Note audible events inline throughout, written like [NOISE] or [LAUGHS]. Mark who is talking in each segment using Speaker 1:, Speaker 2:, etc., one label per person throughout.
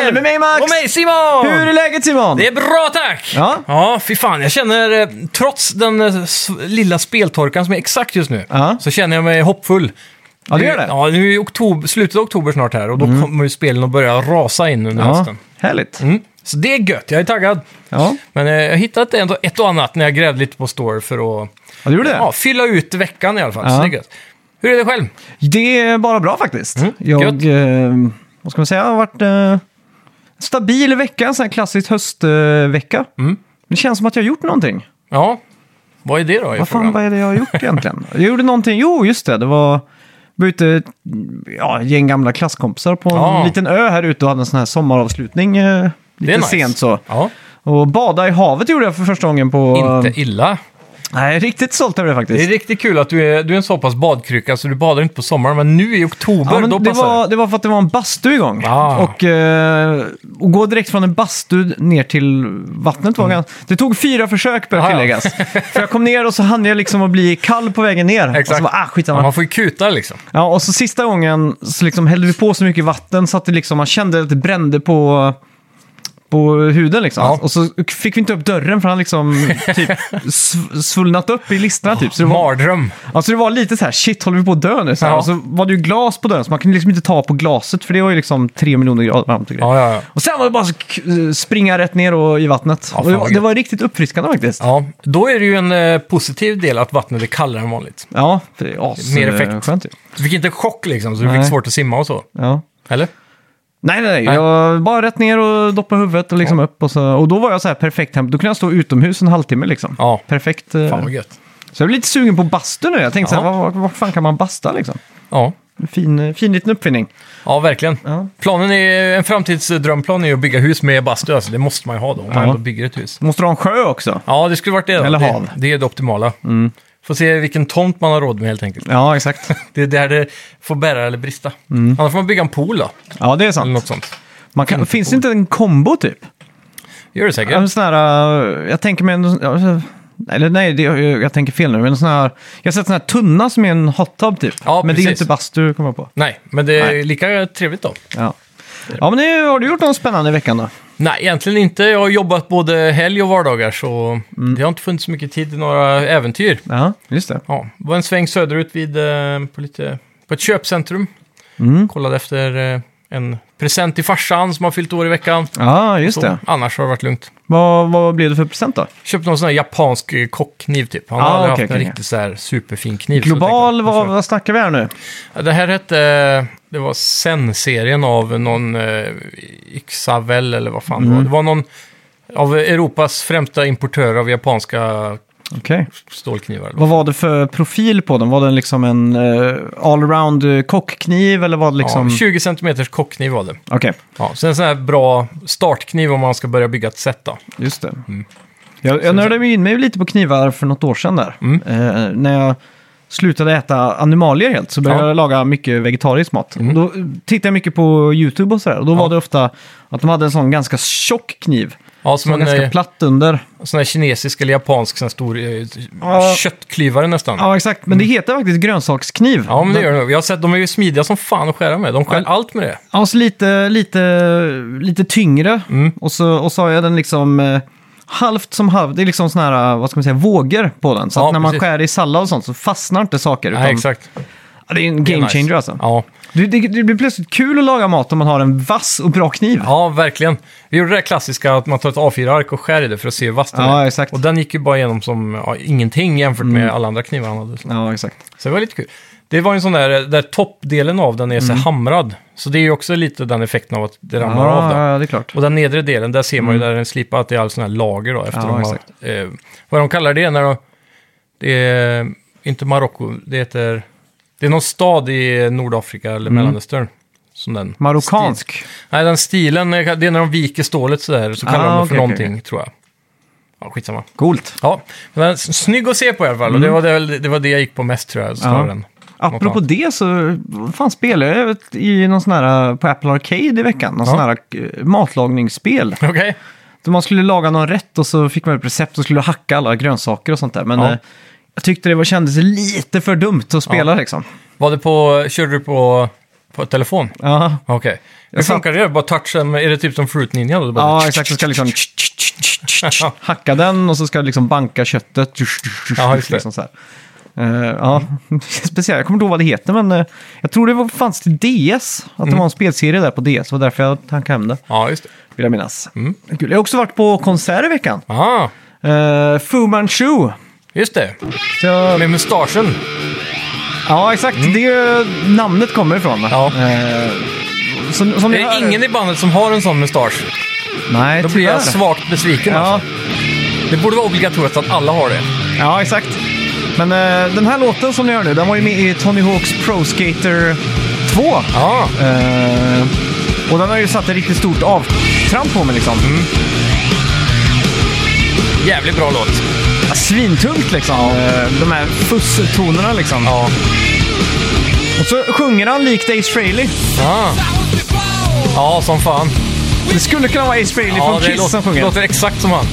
Speaker 1: Eh, med mig Max!
Speaker 2: Och mig Simon!
Speaker 1: Hur är läget Simon?
Speaker 2: Det är bra tack!
Speaker 1: Ja.
Speaker 2: ja, fy fan. Jag känner, eh, trots den eh, s- lilla speltorkan som är exakt just nu,
Speaker 1: Ja.
Speaker 2: så känner jag mig hoppfull.
Speaker 1: Ja, det gör det.
Speaker 2: Ja, nu är ju oktober, slutet av oktober snart här och då kommer ju spelen att börja rasa in under
Speaker 1: ja,
Speaker 2: hösten.
Speaker 1: härligt.
Speaker 2: Mm. Så det är gött, jag är taggad.
Speaker 1: Ja.
Speaker 2: Men eh, jag hittade ändå ett och annat när jag grävde lite på Store för att
Speaker 1: ja, du gjorde det?
Speaker 2: ja, fylla ut veckan i alla fall.
Speaker 1: Ja.
Speaker 2: Så det är gött. Hur är det själv?
Speaker 1: Det är bara bra faktiskt.
Speaker 2: Mm. gött.
Speaker 1: Jag, eh, vad ska man säga, har varit eh, stabil vecka, en sån här klassisk höstvecka. Eh, vecka.
Speaker 2: Mm.
Speaker 1: Det känns som att jag har gjort någonting.
Speaker 2: Ja, vad är det då?
Speaker 1: Vad
Speaker 2: i
Speaker 1: fan
Speaker 2: frågan?
Speaker 1: vad är det jag har gjort egentligen? jag gjorde någonting, jo just det, det var... var ute ja, ett gäng gamla klasskompisar på en
Speaker 2: Ja.
Speaker 1: liten ö här ute och hade en sån här sommaravslutning. Eh,
Speaker 2: Det
Speaker 1: lite
Speaker 2: är nice.
Speaker 1: sent så.
Speaker 2: Ja,
Speaker 1: Och bada i havet gjorde jag för första gången på...
Speaker 2: inte illa.
Speaker 1: Nej, riktigt stolt över det faktiskt.
Speaker 2: Det är riktigt kul att du är, du är en så pass badkryka så du badar inte på sommaren, men nu i oktober,
Speaker 1: Ja, men
Speaker 2: då
Speaker 1: det,
Speaker 2: passar det.
Speaker 1: var, det var för att det var en bastu igång.
Speaker 2: Ah.
Speaker 1: Och, eh, och gå direkt från en bastu ner till vattnet var ganska... Det tog fyra försök, bör
Speaker 2: Ah, Mm. ja.
Speaker 1: tilläggas.
Speaker 2: [LAUGHS]
Speaker 1: för jag kom ner och så hann jag liksom att bli kall på vägen ner. Och
Speaker 2: Exakt.
Speaker 1: så bara, ah, skitsamma.
Speaker 2: Ja, man får ju kuta liksom.
Speaker 1: Ja, och så sista gången så liksom hällde vi på så mycket vatten så att det liksom, man kände att det brände på, på huden. Liksom.
Speaker 2: Ja.
Speaker 1: Och så fick vi inte upp dörren för han liksom
Speaker 2: [LAUGHS]
Speaker 1: typ sv- svullnat upp i listerna. Typ. Så, det var,
Speaker 2: Mardröm.
Speaker 1: alltså det var lite så här, shit håller vi på att dö nu? Så, här.
Speaker 2: Ja.
Speaker 1: och så var det ju glas på dörren så man kunde liksom inte ta på glaset för det var ju liksom tre miljoner grader varmt och grejer.
Speaker 2: Ja, ja, ja.
Speaker 1: Och sen var det bara så k- springa rätt ner och, i vattnet.
Speaker 2: Ja,
Speaker 1: och det,
Speaker 2: fan vad
Speaker 1: var, det
Speaker 2: gött.
Speaker 1: var riktigt uppfriskande faktiskt. Ja,
Speaker 2: ja. Då är det ju en eh, positiv del att vattnet är kallare än vanligt.
Speaker 1: för det är as,
Speaker 2: Mer effekt.
Speaker 1: Skönt, ju.
Speaker 2: Du fick inte en chock liksom, så du
Speaker 1: Nej.
Speaker 2: fick svårt att simma och så.
Speaker 1: ja.
Speaker 2: Eller?
Speaker 1: Nej, nej, nej.
Speaker 2: Nej.
Speaker 1: Jag bara rätt ner och doppa huvudet och liksom upp. Och, så, och då var jag så här perfekt tempo. Då kunde jag stå utomhus en halvtimme liksom.
Speaker 2: Ja.
Speaker 1: Perfekt.
Speaker 2: Fan vad
Speaker 1: eh,
Speaker 2: gött.
Speaker 1: Så jag blev lite sugen på bastu nu. Jag tänkte
Speaker 2: Ja.
Speaker 1: så här, var, var, var fan kan man basta liksom?
Speaker 2: Ja.
Speaker 1: En Fin, eh, fin liten uppfinning.
Speaker 2: Ja, verkligen.
Speaker 1: Ja.
Speaker 2: Planen är, en framtidsdrömplan är ju att bygga hus med bastu. Alltså, det måste man ju ha då, om man
Speaker 1: Ja.
Speaker 2: ändå bygger ett hus.
Speaker 1: Måste du ha en sjö också?
Speaker 2: Ja, det skulle varit det. då.
Speaker 1: Eller
Speaker 2: det,
Speaker 1: hav. Mm.
Speaker 2: Det är det optimala. Får se vilken tomt man har råd med helt enkelt.
Speaker 1: Ja, exakt.
Speaker 2: Det är där det får bära eller brista.
Speaker 1: Mm.
Speaker 2: Annars får man bygga en pool då,
Speaker 1: Ja, det är
Speaker 2: eller
Speaker 1: sant.
Speaker 2: något sånt.
Speaker 1: Man kan, finns det inte en kombo typ?
Speaker 2: Gör det säkert.
Speaker 1: En sån här, eh, jag tänker mig en... ja, Eller nej, det, jag, jag tänker fel nu. Men en sån här, jag har sett sån här tunna som är en hot tub typ.
Speaker 2: Ja,
Speaker 1: men det är
Speaker 2: precis.
Speaker 1: inte bastu, kommer jag på.
Speaker 2: Nej, men det är
Speaker 1: Nej.
Speaker 2: lika trevligt då.
Speaker 1: Ja, ja men det, har du gjort något spännande i veckan då?
Speaker 2: Nej, egentligen inte. Jag har jobbat både helg och vardagar, så
Speaker 1: Mm.
Speaker 2: det har inte funnits så mycket tid till några äventyr.
Speaker 1: Ja, just det.
Speaker 2: Ja, det var en sväng söderut vid, eh, på, lite, på ett köpcentrum.
Speaker 1: Mm.
Speaker 2: Kollade efter eh, en present till farsan som har fyllt år i veckan.
Speaker 1: Ja, just
Speaker 2: Så,
Speaker 1: det.
Speaker 2: annars har det varit lugnt.
Speaker 1: Vad, vad blev det för present då?
Speaker 2: Köpte någon sån här japansk eh, kockkniv typ. Han
Speaker 1: Ah,
Speaker 2: har aldrig
Speaker 1: okej,
Speaker 2: haft en
Speaker 1: okej.
Speaker 2: riktigt så här superfin kniv. så tänkte
Speaker 1: Global,
Speaker 2: jag,
Speaker 1: vad,
Speaker 2: varför-
Speaker 1: vad snackar vi här nu?
Speaker 2: Ja, Det här hette... Det var Zen-serien av någon eh, Ixavel eller vad fan det var.
Speaker 1: Mm.
Speaker 2: Det var någon av Europas främsta importörer av japanska
Speaker 1: Okej.
Speaker 2: stålknivar. eller vad.
Speaker 1: Vad var det för profil på den? Var den liksom en eh, allround eh, kockkniv eller var det liksom...
Speaker 2: Ja, 20 centimeters kockkniv var det.
Speaker 1: Okej,
Speaker 2: Ja, så en sån här bra startkniv om man ska börja bygga ett set då.
Speaker 1: just det.
Speaker 2: Mm.
Speaker 1: Jag, jag nördade mig in mig lite på knivar för något år sedan där.
Speaker 2: Mm.
Speaker 1: Eh, när jag slutade äta animalier helt så började
Speaker 2: Ja. Mm.
Speaker 1: jag laga mycket vegetarisk mat. Då eh, tittade jag mycket på YouTube och sådär. Och då var det ofta att de hade en sån ganska tjock kniv.
Speaker 2: Ja, som
Speaker 1: Som var
Speaker 2: en
Speaker 1: ganska
Speaker 2: ganska
Speaker 1: platt under.
Speaker 2: sån här kinesisk eller japansk sån här stor eh,
Speaker 1: Ja.
Speaker 2: köttklyvare nästan. Ja.
Speaker 1: Ja, exakt. Men det heter faktiskt grönsakskniv.
Speaker 2: Mm. men det gör de. Jag har sett, de är ju smidiga som fan att skära med. De skär
Speaker 1: Ja.
Speaker 2: allt med det.
Speaker 1: Ja, så lite, lite, lite tyngre.
Speaker 2: Mm.
Speaker 1: Och, så, och så har jag den liksom eh, halvt som halvt. Det är liksom såna här, vad ska man säga, vågor på den. Så
Speaker 2: Ja,
Speaker 1: att när man
Speaker 2: precis.
Speaker 1: skär i sallad och sånt så fastnar inte saker. Utan,
Speaker 2: Nej, exakt.
Speaker 1: Ja, det är en
Speaker 2: Det är
Speaker 1: game
Speaker 2: nice.
Speaker 1: changer alltså.
Speaker 2: Ja.
Speaker 1: Det, det, det blir plötsligt kul att laga mat om man har en vass och bra kniv.
Speaker 2: Ja, verkligen. Vi gjorde det där klassiska att man tar ett A4-ark och skär i det för att se hur vass den
Speaker 1: Ja,
Speaker 2: är.
Speaker 1: exakt. Mm.
Speaker 2: Och den gick ju bara igenom som ja, ingenting jämfört med alla andra knivar han hade.
Speaker 1: Ja, exakt.
Speaker 2: Så det var lite kul. Det var ju en sån där, där toppdelen av den är
Speaker 1: Mm.
Speaker 2: så här hamrad. Så det är ju också lite den effekten av att det ramlar av då.
Speaker 1: Ja, ja, det är klart.
Speaker 2: Och den nedre delen, där ser man ju där den slipar att det är all sån här lager då. Efter
Speaker 1: Mm. Ja,
Speaker 2: de har,
Speaker 1: exakt.
Speaker 2: eh, vad de kallar det när de, det är inte Marocko, det heter, det är någon stad i Nordafrika eller Mellanöstern. Som den
Speaker 1: Mm. Marockansk.
Speaker 2: Nej, den stilen, det är när de viker stålet sådär, så kallar
Speaker 1: Ah,
Speaker 2: de det för
Speaker 1: okej,
Speaker 2: någonting, tror jag. Ja, skitsamma.
Speaker 1: Coolt.
Speaker 2: Ja, men den är s- snygg att se på i alla fall, och det var det, det var det jag gick på mest tror jag, snarare
Speaker 1: Mm. Ja.
Speaker 2: än [LAUGHS]
Speaker 1: Apropå
Speaker 2: annat.
Speaker 1: det så vad fan spelade jag vet, i någon sån här, eh, på Apple Arcade i veckan. Någon
Speaker 2: Ja.
Speaker 1: sån här eh, matlagningsspel.
Speaker 2: Okej,
Speaker 1: Så man skulle laga någon rätt och så fick man ett recept och skulle hacka alla grönsaker och sånt där. Men
Speaker 2: Ja.
Speaker 1: eh, jag tyckte det var, kändes lite för dumt att spela liksom.
Speaker 2: var det på, körde du på På telefon?
Speaker 1: Ja,
Speaker 2: Okej. Hur
Speaker 1: satt-
Speaker 2: funkar det? Bara touchen, med- är det typ som Fruit Ninja då? Du bara-
Speaker 1: ja exakt. Så ska liksom- jag liksom hacka den och så ska jag liksom banka köttet.
Speaker 2: Ja, just det.
Speaker 1: Liksom så här. Eh, ja, [LAUGHS] speciellt. Jag kommer inte ihåg vad det heter, men eh, jag tror det var, fanns till DS. Att
Speaker 2: Mm.
Speaker 1: det var en spelserie där på DS. Det var därför jag tankade hem det,
Speaker 2: [LAUGHS] Ja, just det.
Speaker 1: vill jag minnas.
Speaker 2: Mm.
Speaker 1: Kul. Jag har också varit på konsert i veckan.
Speaker 2: Aha,
Speaker 1: Uh, Fu Manchu.
Speaker 2: Ah, just det.
Speaker 1: Så jag,
Speaker 2: Med mustaschen.
Speaker 1: ja, exakt. Det är ju namnet kommer ifrån.
Speaker 2: Mm. Ja.
Speaker 1: Eh, som, som
Speaker 2: Är
Speaker 1: ni hör-
Speaker 2: det ingen i bandet som har en sån mustasch?
Speaker 1: Nej,
Speaker 2: Då blir jag
Speaker 1: tyvärr.
Speaker 2: svagt besviken.
Speaker 1: Ja,
Speaker 2: Alltså. Det borde vara obligatoriskt att alla har det.
Speaker 1: ja, exakt. Men eh, den här låten som ni hör nu, den var ju med i Tony Hawks Pro Skater 2.
Speaker 2: Ja,
Speaker 1: Eh, och den har ju satt ett riktigt stort avtramp på mig liksom.
Speaker 2: Mm. jävligt bra låt.
Speaker 1: Ja, Svintungt liksom. Eh, de här fuss-tonerna liksom.
Speaker 2: Ja.
Speaker 1: Och så sjunger han likt Ace Frehley.
Speaker 2: Ja, Ah. ja som fan.
Speaker 1: Det skulle kunna vara Ace Frehley
Speaker 2: Ja,
Speaker 1: från Kiss som
Speaker 2: låter,
Speaker 1: sjunger.
Speaker 2: låter exakt som han.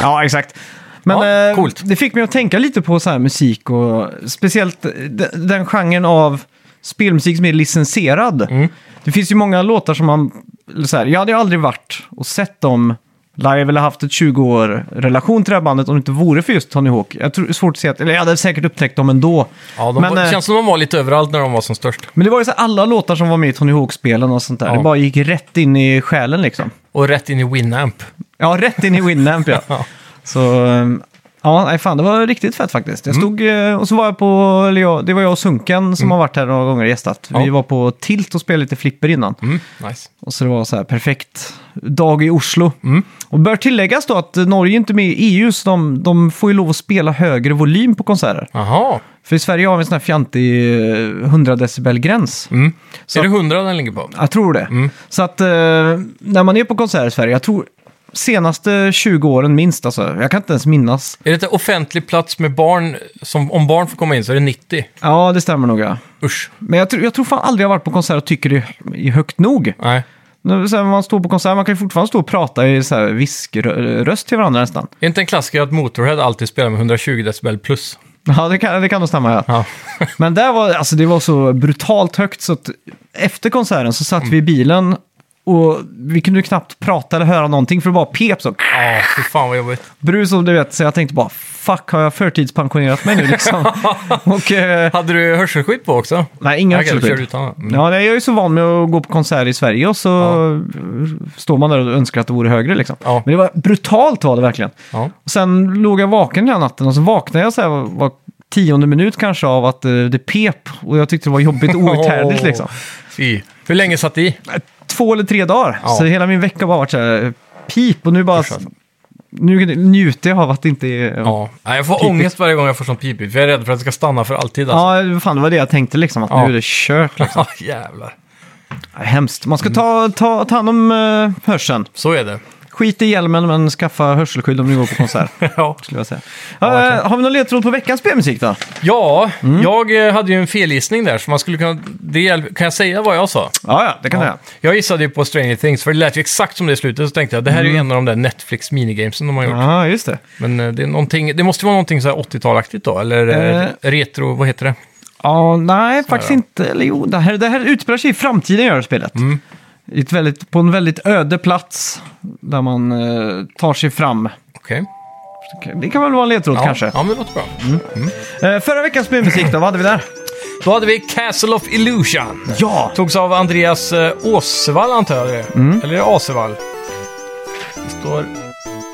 Speaker 1: Ja, exakt. Men
Speaker 2: Ja,
Speaker 1: eh,
Speaker 2: coolt.
Speaker 1: det fick mig att tänka lite på så här musik och speciellt de- den genren av spelmusik som är licensierad.
Speaker 2: Mm.
Speaker 1: Det finns ju många låtar som man... eller Så här, jag hade ju aldrig varit och sett dem live eller haft ett 20 år relation till det här bandet om det inte vore för just Tony Hawk. Jag tror, det är svårt att se att... Eller jag hade säkert upptäckt dem ändå.
Speaker 2: Ja, de
Speaker 1: men,
Speaker 2: var,
Speaker 1: eh,
Speaker 2: känns som de var lite överallt när de var som störst.
Speaker 1: men det var ju så här, alla låtar som var med i Tony Hawk-spelen och sånt där.
Speaker 2: Ja.
Speaker 1: Det bara gick rätt in i själen liksom.
Speaker 2: Och rätt in i Winamp.
Speaker 1: Ja, rätt in i Winamp
Speaker 2: [LAUGHS]
Speaker 1: ja. Så, ehm, ja, nej fan, det var riktigt fett faktiskt.
Speaker 2: Mm.
Speaker 1: Jag stod, eh, och så var jag på, eller jag, det var jag och Sunken som har varit här några gånger och gästat. Vi
Speaker 2: Ja.
Speaker 1: var på Tilt och spelade lite flipper innan.
Speaker 2: Mm, nice.
Speaker 1: Och så det var så här perfekt dag i Oslo.
Speaker 2: Mm.
Speaker 1: Och bör tilläggas då att Norge är inte med i EU, så de, de får ju lov att spela högre volym på konserter.
Speaker 2: Aha.
Speaker 1: För i Sverige har vi en sån här fjantig eh, 100 decibel-gräns.
Speaker 2: Mm.
Speaker 1: Så-
Speaker 2: är det 100 den ligger på?
Speaker 1: Jag tror det. Så att eh, när man är på konsert i Sverige, jag tror senaste 20 åren minst, alltså, jag kan inte ens minnas.
Speaker 2: Är det en offentlig plats med barn, som, om barn får komma in så är det 90?
Speaker 1: Ja, det stämmer nog ja.
Speaker 2: Usch.
Speaker 1: Men jag, tror- jag tror fan aldrig jag varit på konsert och tycker det är- är högt nog.
Speaker 2: Nej.
Speaker 1: Nu, så här, man står på konsert, man kan ju fortfarande stå och prata i så här viskröst till varandra nästan.
Speaker 2: Är inte en klassiker att Motorhead alltid spelar med 120 decibel plus?
Speaker 1: Ja, det kan, det kan nog stämma ja.
Speaker 2: Ja.
Speaker 1: Men där var, alltså, det var så brutalt högt så att efter konserten så satt vi i bilen och vi kunde ju knappt prata eller höra någonting för det bara pep så.
Speaker 2: Ja, fy fan vad jobbigt.
Speaker 1: brus och du vet, så jag tänkte bara fuck, har jag förtidspensionerat mig nu liksom?
Speaker 2: [LAUGHS]
Speaker 1: och eh,
Speaker 2: Hade du hörselskydd på också?
Speaker 1: nej, inga
Speaker 2: Okej, du körde
Speaker 1: hörselskydd.
Speaker 2: utan. Mm.
Speaker 1: Ja, nej, jag är ju så van med att gå på konsert i Sverige och så står man där och önskar att det vore högre liksom.
Speaker 2: Ja.
Speaker 1: Men det var brutalt var det verkligen.
Speaker 2: Ja.
Speaker 1: Och sen låg jag vaken den här natten och så vaknade jag så här var tionde minut kanske av att eh, det pep och jag tyckte det var jobbigt och outhärdligt
Speaker 2: [LAUGHS] Åh,
Speaker 1: liksom. Eh,
Speaker 2: Fy. Hur länge satt det i?
Speaker 1: Två eller tre dagar,
Speaker 2: Ja.
Speaker 1: så hela min vecka har bara varit så här eh, pip och nu bara...
Speaker 2: Usch, alltså.
Speaker 1: Nu njuter jag av att det inte är...
Speaker 2: Ja. Nej, jag får
Speaker 1: Pipigt.
Speaker 2: ångest varje gång jag får sån pipigt, för jag är rädd för att det ska stanna för alltid. Alltså.
Speaker 1: Ja, fan, det var det jag tänkte liksom. Att
Speaker 2: Ja.
Speaker 1: nu är det kört. Liksom.
Speaker 2: Ja, [LAUGHS] jävlar.
Speaker 1: Hemskt. Man ska ta, ta, ta hand om uh, hörseln.
Speaker 2: Så är det.
Speaker 1: Skit i hjälmen, men skaffa hörselskydd om ni går på [LAUGHS] konsert.
Speaker 2: [LAUGHS] ja,
Speaker 1: skulle jag säga. Eh, har vi någon ledtråd på veckans spelmusik då?
Speaker 2: ja jag eh, hade ju en felgissning där, så man skulle kunna... Det, hjälp- kan jag säga vad jag sa?
Speaker 1: Ja, ja, det kan jag.
Speaker 2: Jag gissade ju på Stranger Things, för det lät ju exakt som det i slutet, så tänkte jag det här är ju en av de där Netflix minigamesen de har gjort.
Speaker 1: Ja, just det.
Speaker 2: Men eh, det, är någonting, det måste vara någonting så här 80-talaktigt då, eller eh,
Speaker 1: Eh.
Speaker 2: retro, vad heter det?
Speaker 1: Ja, nej, faktiskt
Speaker 2: ja.
Speaker 1: inte. Eller jo, det här, det här utspelar sig i framtiden, gör det spelet. I ett väldigt, på en väldigt öde plats där man eh, tar sig fram.
Speaker 2: Okej.
Speaker 1: Det kan väl vara en ledtråd
Speaker 2: Ja.
Speaker 1: kanske.
Speaker 2: Ja, men det låter bra.
Speaker 1: Eh, förra veckans spelmusik då, vad hade vi där?
Speaker 2: Då hade vi Castle of Illusion.
Speaker 1: Ja!
Speaker 2: Togs av Andreas eh, Åsvall antar jag det är.
Speaker 1: Mm.
Speaker 2: Eller är det Asevall? Det står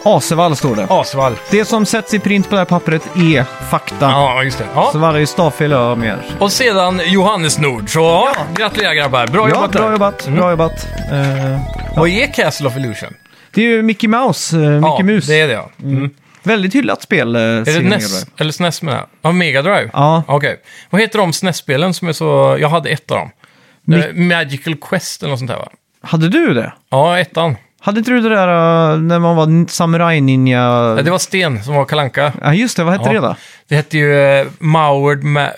Speaker 1: Asevall står det.
Speaker 2: Asvall.
Speaker 1: Det som sätts i print på det här pappret är fakta.
Speaker 2: Ja, just det.
Speaker 1: Så
Speaker 2: Ja.
Speaker 1: varje stavfel jag har med er.
Speaker 2: Och sedan Johannes Nord. Så ja. gratulerar grabbar. Bra
Speaker 1: Ja,
Speaker 2: jobbat där. Mm.
Speaker 1: bra jobbat, bra jobbat. Eh,
Speaker 2: Vad är Castle of Illusion?
Speaker 1: det är ju Mickey Mouse, uh, Mickey
Speaker 2: ja,
Speaker 1: Mus.
Speaker 2: det är det ja.
Speaker 1: Väldigt hyllat spel. eh,
Speaker 2: Är
Speaker 1: ser
Speaker 2: det E
Speaker 1: jag
Speaker 2: NES?
Speaker 1: nu.
Speaker 2: Eller SNES menar jag. Ja, Mega Drive?
Speaker 1: Ja.
Speaker 2: Okej. Vad heter de SNES-spelen som är så... Jag hade ett av dem.
Speaker 1: Mi-
Speaker 2: Eh, Magical Quest eller något sånt där va?
Speaker 1: Hade du det?
Speaker 2: Ja, ettan.
Speaker 1: Hade inte du det där eh, när man var samuraj-ninja?
Speaker 2: Ja, det var Sten som var kalanka.
Speaker 1: Ja, just det. Vad hette
Speaker 2: Ja.
Speaker 1: det då?
Speaker 2: Det hette ju eh, Moward Ma-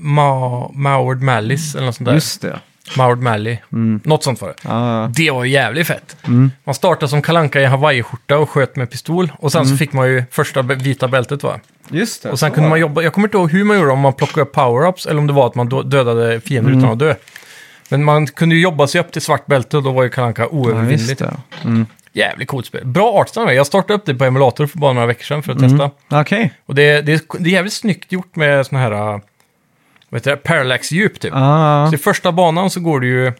Speaker 2: Ma- Moward Malice eller något sånt där.
Speaker 1: Just det.
Speaker 2: Moward Malley.
Speaker 1: Mm.
Speaker 2: Något sånt var det.
Speaker 1: Ja,
Speaker 2: Det var ju jävligt fett.
Speaker 1: Mm.
Speaker 2: Man startade som kalanka i hawaiiskjorta och sköt med pistol. Och sen så fick man ju första be- vita bältet va?
Speaker 1: just Mm. det.
Speaker 2: Och sen kunde man jobba, jag kommer inte ihåg hur man gjorde, om man plockade upp power-ups eller om det var att man då- dödade fiender
Speaker 1: Mm.
Speaker 2: utan att dö. Men man kunde ju jobba sig upp till svart bälte och då var ju kalanka
Speaker 1: ja, just
Speaker 2: oövervinnligt.
Speaker 1: det.
Speaker 2: Jävligt coolt spel. Bra artstyle. Jag startade upp det på emulator för bara några veckor sedan för
Speaker 1: Mm.
Speaker 2: att testa.
Speaker 1: Okej.
Speaker 2: Och det, det, är- det är jävligt snyggt gjort med såna här, äh, vad heter det, parallax-djup typ.
Speaker 1: Ah,
Speaker 2: Så i första banan så går du ju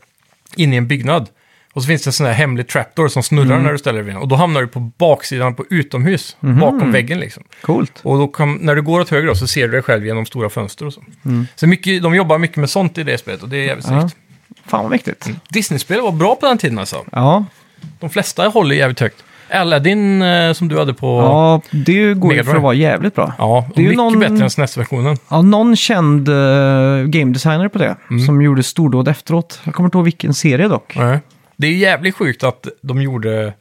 Speaker 2: in i en byggnad. Och så finns det en sån här hemlig trapdoor som snurrar
Speaker 1: Mm.
Speaker 2: när du ställer dig vid den. Och då hamnar du på baksidan på utomhus, bakom väggen liksom.
Speaker 1: coolt.
Speaker 2: Och då kom, när du går åt höger då, så ser du dig själv genom stora fönster och så. Så mycket, de jobbar mycket med sånt i det spelet och det är jävligt
Speaker 1: Mm. Ja.
Speaker 2: snyggt.
Speaker 1: Fan vad mäktigt.
Speaker 2: Mm. Disney-spel var bra på den tiden alltså.
Speaker 1: Ja,
Speaker 2: De flesta håller jävligt högt. Aladdin eh, som du hade på...
Speaker 1: ja det går ju
Speaker 2: Mega
Speaker 1: för att
Speaker 2: Drive.
Speaker 1: vara jävligt bra.
Speaker 2: Ja, och
Speaker 1: Det är ju
Speaker 2: mycket
Speaker 1: någon-
Speaker 2: bättre än E SNES-versionen.
Speaker 1: Ja, någon känd eh, game designer på det
Speaker 2: Mm.
Speaker 1: som gjorde stordåd efteråt. Jag kommer inte ihåg vilken serie dock.
Speaker 2: Nej. Det är ju jävligt sjukt att de gjorde...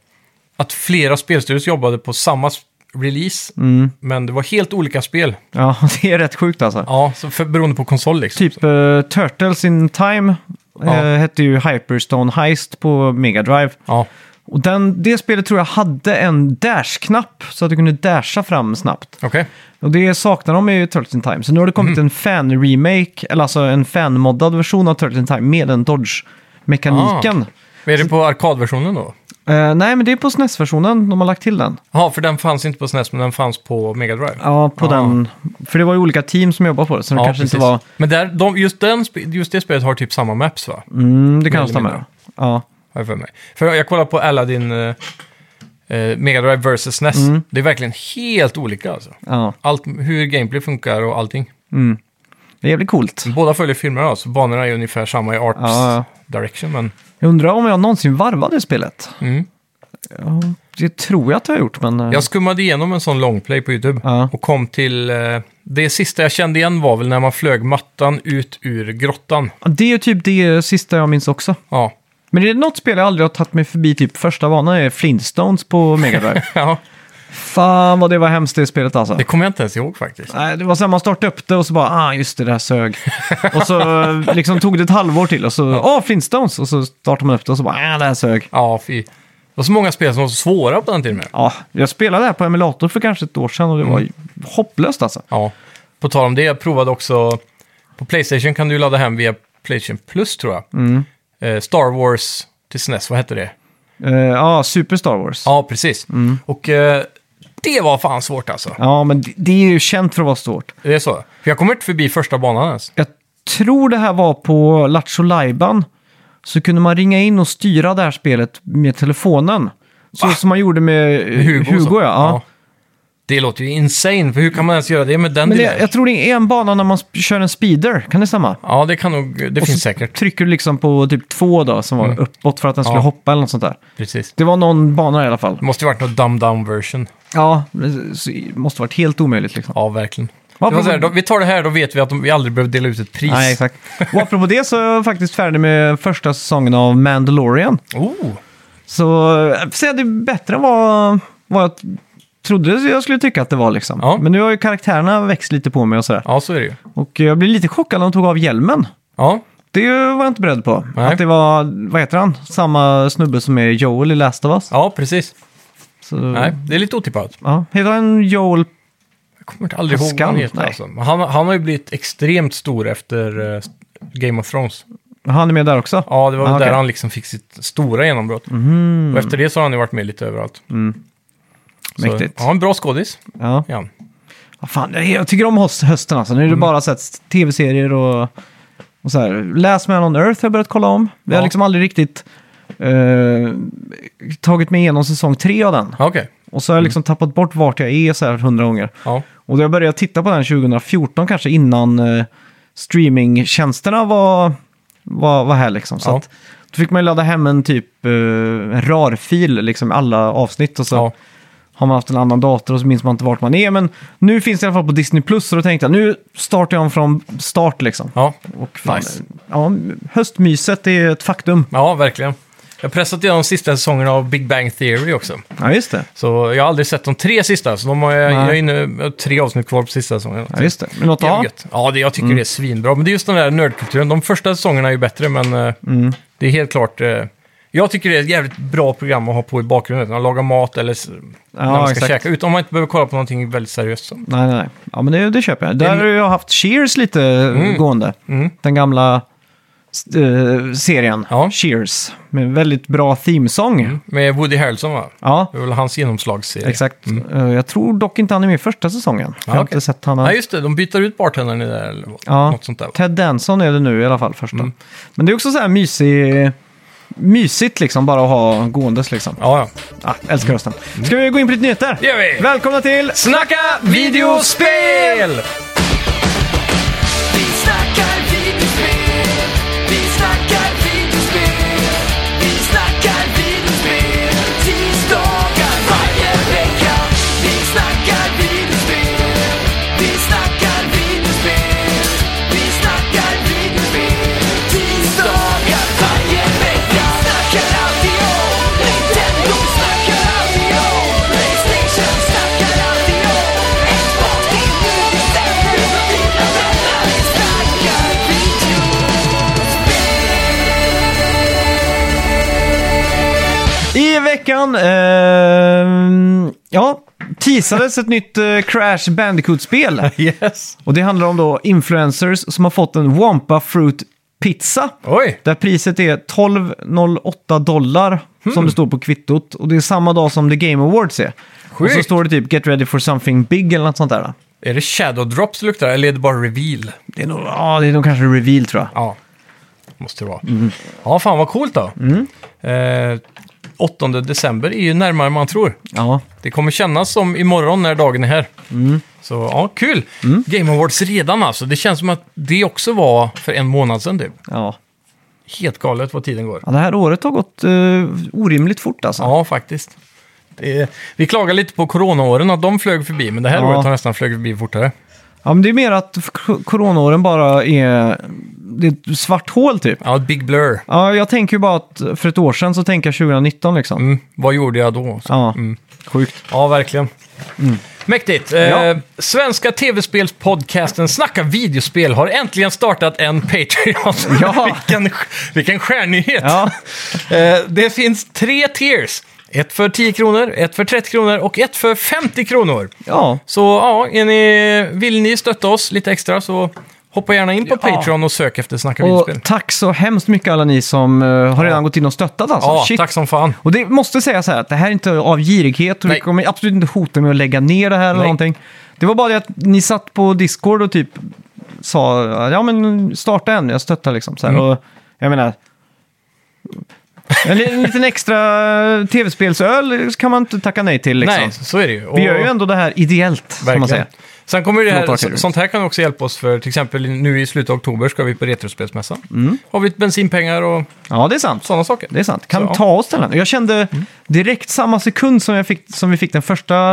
Speaker 2: Att flera spelstudios jobbade på samma s- release,
Speaker 1: Mm.
Speaker 2: men det var helt olika spel.
Speaker 1: Ja, [LAUGHS] det är rätt sjukt alltså.
Speaker 2: Ja, så för, beroende på konsol liksom.
Speaker 1: Typ eh, Turtles in Time
Speaker 2: Ja.
Speaker 1: eh, hette ju Hyperstone Heist på Mega Drive.
Speaker 2: Ja,
Speaker 1: Och den, det spelet tror jag hade en dash-knapp så att du kunde dasha fram snabbt.
Speaker 2: okej.
Speaker 1: Och det saknar de i Turtles in Time. Så nu har det kommit
Speaker 2: Mm.
Speaker 1: en fan-remake, eller alltså en fan-moddad version av Turtles in Time med den dodge-mekaniken.
Speaker 2: Är det på arkadversionen då?
Speaker 1: Eh, nej, men det är på SNES-versionen de har lagt till den.
Speaker 2: Ja, för den fanns inte på SNES, men den fanns på Mega Drive.
Speaker 1: Ja, på
Speaker 2: Ah.
Speaker 1: den. För det var ju olika team som jobbade på det, så det kanske inte
Speaker 2: precis.
Speaker 1: var...
Speaker 2: Men där, de, just, den, sp- just det spelet har typ samma maps va?
Speaker 1: Mm, det
Speaker 2: Mer
Speaker 1: kan
Speaker 2: eller
Speaker 1: stämma.
Speaker 2: mindre.
Speaker 1: Ja.
Speaker 2: Har jag för mig. För jag kollar på Aladdin eh, eh, Mega Drive vs NES.
Speaker 1: Mm.
Speaker 2: Det är verkligen helt olika alltså.
Speaker 1: ja,
Speaker 2: Allt, hur gameplay funkar och allting.
Speaker 1: det är jävligt coolt.
Speaker 2: Båda följer filmerna då, så banorna är ungefär samma i Arts
Speaker 1: Ja.
Speaker 2: Direction. Men
Speaker 1: Jag undrar om jag någonsin varvade spelet.
Speaker 2: Mm.
Speaker 1: Ja, det tror jag att jag har gjort, men... eh,
Speaker 2: jag skummade igenom en sån longplay på YouTube
Speaker 1: Ja.
Speaker 2: och kom till... Eh, det sista jag kände igen var väl när man flög mattan ut ur grottan.
Speaker 1: Det är ju typ det sista jag minns också.
Speaker 2: Ja, [LAUGHS]
Speaker 1: Men det är något spel jag aldrig har tagit mig förbi typ första banan är Flintstones på Mega
Speaker 2: [LAUGHS]
Speaker 1: Drive.
Speaker 2: ja
Speaker 1: Fan vad det var hemskt det spelet alltså.
Speaker 2: det kommer jag inte ens ihåg faktiskt.
Speaker 1: Nej, det var så här, man startade upp det och så bara, ah just det, det här sög. och så eh, liksom tog det ett halvår till och så, ah Flintstones! Och så startade man upp det och så bara, ah det här sög.
Speaker 2: Ja, fy. Det var så många spel som var så svåra på den till och med.
Speaker 1: Ja, jag spelade det här på emulator för kanske ett år sedan och det var ju hopplöst alltså.
Speaker 2: Ja. På tal om det, jag provade också... På Playstation kan du ladda hem via Playstation Plus, tror jag.
Speaker 1: Mm.
Speaker 2: Eh, Star Wars till SNES, vad hette det?
Speaker 1: Eh, Ja, Super Star Wars. Ja,
Speaker 2: Ja, precis.
Speaker 1: Mm.
Speaker 2: Och eh, det var fan svårt alltså.
Speaker 1: men det, det är ju känt för att vara svårt.
Speaker 2: Det är så. För jag kommer inte förbi första banan ens.
Speaker 1: Jag tror det här var på Lattjo Lajban. Så kunde man ringa in och styra det här spelet med telefonen. Så som man gjorde med, eh,
Speaker 2: Hugo,
Speaker 1: Hugo,
Speaker 2: och
Speaker 1: ja.
Speaker 2: så.
Speaker 1: ja.
Speaker 2: Det låter ju insane, för hur kan man ens göra det med den
Speaker 1: Men det,
Speaker 2: delayen?
Speaker 1: jag tror det är en bana när man sp- kör en speeder, kan det stämma?
Speaker 2: Ja, det kan nog... Det
Speaker 1: Och
Speaker 2: finns
Speaker 1: så
Speaker 2: säkert. Mm.
Speaker 1: Trycker du liksom på typ två då, som var uppåt för att den skulle
Speaker 2: Ja.
Speaker 1: hoppa eller något sånt där.
Speaker 2: Precis.
Speaker 1: Det var någon bana i alla fall.
Speaker 2: Det måste ju varit någon dumb down version.
Speaker 1: Ja, det så det måste varit helt omöjligt liksom.
Speaker 2: Ja, verkligen.
Speaker 1: Vad
Speaker 2: Det var så här,
Speaker 1: apropå-
Speaker 2: då, vi tar det här, då vet vi att de, vi aldrig behöver dela ut ett pris.
Speaker 1: Nej, exakt. Och apropå det så är jag faktiskt färdig med första säsongen av Mandalorian.
Speaker 2: Oh.
Speaker 1: Så eh, jag får säga att det är bättre än vad, vad jag t- trodde jag skulle tycka att det var liksom.
Speaker 2: Ja.
Speaker 1: Men nu har ju karaktärerna växt lite på mig och sådär.
Speaker 2: Ja, så är det ju.
Speaker 1: Och jag blev lite chockad när de tog av hjälmen.
Speaker 2: Ja,
Speaker 1: Det var jag inte beredd på.
Speaker 2: Nej.
Speaker 1: Att det var, vad heter han, samma snubbe som är Joel i Last of Us.
Speaker 2: ja precis.
Speaker 1: Så,
Speaker 2: Nej, det är lite otippat.
Speaker 1: Ja. Heter han Joel?
Speaker 2: Jag kommer inte aldrig ihåg vad han
Speaker 1: Pascal?
Speaker 2: heter.
Speaker 1: Nej.
Speaker 2: Alltså. Men Han, han har ju blivit extremt stor efter eh, Game of Thrones.
Speaker 1: Han är med där också?
Speaker 2: Ja, det var väl
Speaker 1: Ah,
Speaker 2: där
Speaker 1: okej. Mhm.
Speaker 2: han liksom fick sitt stora genombrott. Och efter det så har han ju varit med lite överallt. Så,
Speaker 1: Mm. Mäktigt.
Speaker 2: Ja, en bra skådis.
Speaker 1: Ja.
Speaker 2: Ja.
Speaker 1: Vad fan, jag- jag tycker om hos- hösten alltså. Nu är det bara så här, tv-serier och, och så här. Last Man on Earth har jag börjat kolla om. Vi har
Speaker 2: Ja.
Speaker 1: liksom aldrig riktigt eh, tagit mig igenom säsong tre av den.
Speaker 2: Ja, Okej.
Speaker 1: Och så har jag liksom tappat bort vart jag är så här hundra gånger.
Speaker 2: Ja.
Speaker 1: Och då jag började titta på den 2014 kanske innan eh, streamingtjänsterna var, var, var här liksom. Så
Speaker 2: Ja.
Speaker 1: att, då fick man ju ladda hem en typ eh, en RAR-fil, liksom alla avsnitt och så
Speaker 2: Ja.
Speaker 1: har man haft en annan dator och så minns man inte vart man är. Men nu finns det i alla fall på Disney Plus så då tänkte jag nu startar jag om från start liksom.
Speaker 2: Ja.
Speaker 1: Och fan,
Speaker 2: Nice.
Speaker 1: ja, höstmyset är ett faktum.
Speaker 2: ja, verkligen. Jag har pressat igenom de sista säsongerna av Big Bang Theory också.
Speaker 1: Ja, just det.
Speaker 2: Så jag har aldrig sett de tre sista, så de har jag,
Speaker 1: Nej.
Speaker 2: jag är inne, jag har tre avsnitt kvar på sista säsongen.
Speaker 1: Ja, Mm. just det. Men något att
Speaker 2: Det är
Speaker 1: ha?
Speaker 2: gött. Ja, det, jag tycker det är svinbra. Men det är just den där nördkulturen. De första säsongerna är ju bättre, men eh,
Speaker 1: Mm.
Speaker 2: det är helt klart... eh, jag tycker det är ett jävligt bra program att ha på i bakgrunden. När man lagar mat eller s- när man ska
Speaker 1: exakt.
Speaker 2: käka. Utan man inte behöver kolla på någonting väldigt seriöst. Så.
Speaker 1: Nej, nej. Ja, men det, det köper jag. Där har jag haft Cheers lite
Speaker 2: Mm.
Speaker 1: gående. Den gamla eh, serien
Speaker 2: Ja. Mm.
Speaker 1: Cheers. Med en väldigt bra themesång.
Speaker 2: Med Woody Harrelson, va?
Speaker 1: Ja,
Speaker 2: Det var väl hans genomslagsserie.
Speaker 1: exakt. Eh, jag tror dock inte han är med i första säsongen. jag har
Speaker 2: Mm. okej.
Speaker 1: inte sett han.
Speaker 2: Nej, just det. De byter ut bartendern i det där, eller
Speaker 1: Ja.
Speaker 2: något sånt där. Mm. va?
Speaker 1: Ted Danson är det nu i alla fall, första. Men det är också så här mysig, mysigt liksom, bara att ha gåendes liksom.
Speaker 2: Ja, ja.
Speaker 1: Ah, älskar rösten. Ska vi gå in på lite nyheter?
Speaker 2: Det gör vi.
Speaker 1: Välkomna till...
Speaker 2: Snacka videospel!
Speaker 3: Vi snackar videospel, vi snackar videospel, vi snackar videospel, tisdagar varje vecka. Vi snackar videospel, vi snackar videospel, vi snackar videospel, tisdagar varje vecka. Snackar alltid om Nintendo, snackar alltid om Playstation, snackar alltid om Xbox, det är nu det stämmer som dina vänner. Vi snackar videospel.
Speaker 1: I veckan, ehm, ja, teasades ett nytt eh, Crash Bandicoot-spel.
Speaker 2: Yes.
Speaker 1: Och det handlar om då influencers som har fått en Wampa Fruit Pizza.
Speaker 2: Oj!
Speaker 1: Där priset är 12,08 dollar som det står på kvittot. Och det är samma dag som The Game Awards är. Och så
Speaker 2: Sjukt.
Speaker 1: står det typ Get Ready for Something Big eller något sånt där.
Speaker 2: Är det Shadow Drops det luktar, eller är det bara Reveal?
Speaker 1: Det är nog, ja, det är nog kanske reveal tror jag.
Speaker 2: Ja, måste det vara. Ja, fan vad coolt då. Eh, 8 december är ju närmare än man tror.
Speaker 1: Ja,
Speaker 2: Det kommer kännas som imorgon när dagen är här. Så ja, kul! Game Awards redan alltså. Det känns som att det också var för en månad sedan typ.
Speaker 1: ja.
Speaker 2: Helt galet vad tiden går.
Speaker 1: ja det här året har gått eh, orimligt fort alltså.
Speaker 2: Ja, faktiskt. Det är, vi klagar lite på coronaåren att de flög förbi, men det här
Speaker 1: Ja.
Speaker 2: året har nästan flugit förbi fortare.
Speaker 1: Ja, men det är mer att k- coronaåren bara är... Det är ett svart hål typ.
Speaker 2: Ja, ett big blur.
Speaker 1: Ja, jag tänker ju bara att för ett år sedan så tänker jag 2019 liksom.
Speaker 2: Mm. Vad gjorde jag då? Så.
Speaker 1: Ja, sjukt.
Speaker 2: Ja, verkligen. Mäktigt. Eh,
Speaker 1: Ja.
Speaker 2: Svenska tv-spelspodcasten Snacka videospel har äntligen startat en Patreon.
Speaker 1: [LAUGHS] Ja.
Speaker 2: [LAUGHS] vilken, vilken stjärnnyhet!
Speaker 1: Ja,
Speaker 2: Eh, det finns tre tiers. Ett för 10 kronor, ett för 30 kronor och ett för 50 kronor.
Speaker 1: ja.
Speaker 2: Så ja, är ni, vill ni stötta oss lite extra så hoppa gärna in på
Speaker 1: Ja.
Speaker 2: Patreon och sök efter Snacka
Speaker 1: Och
Speaker 2: videospel.
Speaker 1: tack så hemskt mycket alla ni som eh, har redan gått in och stöttat alltså.
Speaker 2: Ja,
Speaker 1: Shit.
Speaker 2: tack som fan.
Speaker 1: Och det måste säga så här att det här är inte av girighet och vi
Speaker 2: Nej.
Speaker 1: kommer absolut inte hota med att lägga ner det här eller
Speaker 2: Nej.
Speaker 1: någonting. Det var bara det att ni satt på Discord och typ sa ja men starta en, jag stöttar liksom. Så här.
Speaker 2: Mm.
Speaker 1: Och, jag menar, en, li- en liten extra tv-spelsöl kan man inte tacka nej till liksom.
Speaker 2: Nej, så är det ju.
Speaker 1: Vi
Speaker 2: Och-
Speaker 1: gör ju ändå det här ideellt, kan man säga.
Speaker 2: Sen kommer ju det
Speaker 1: Förlåt,
Speaker 2: här,
Speaker 1: Arthur.
Speaker 2: sånt här kan också hjälpa oss för till exempel nu i slutet av oktober ska vi på Retrospelsmässan. Har vi ett bensinpengar och
Speaker 1: Ja, det är sant.
Speaker 2: sådana saker.
Speaker 1: Mm. Det är sant. Kan
Speaker 2: Så, ja. Mm.
Speaker 1: ta oss till den. Jag kände direkt samma sekund som, jag fick, som vi fick den första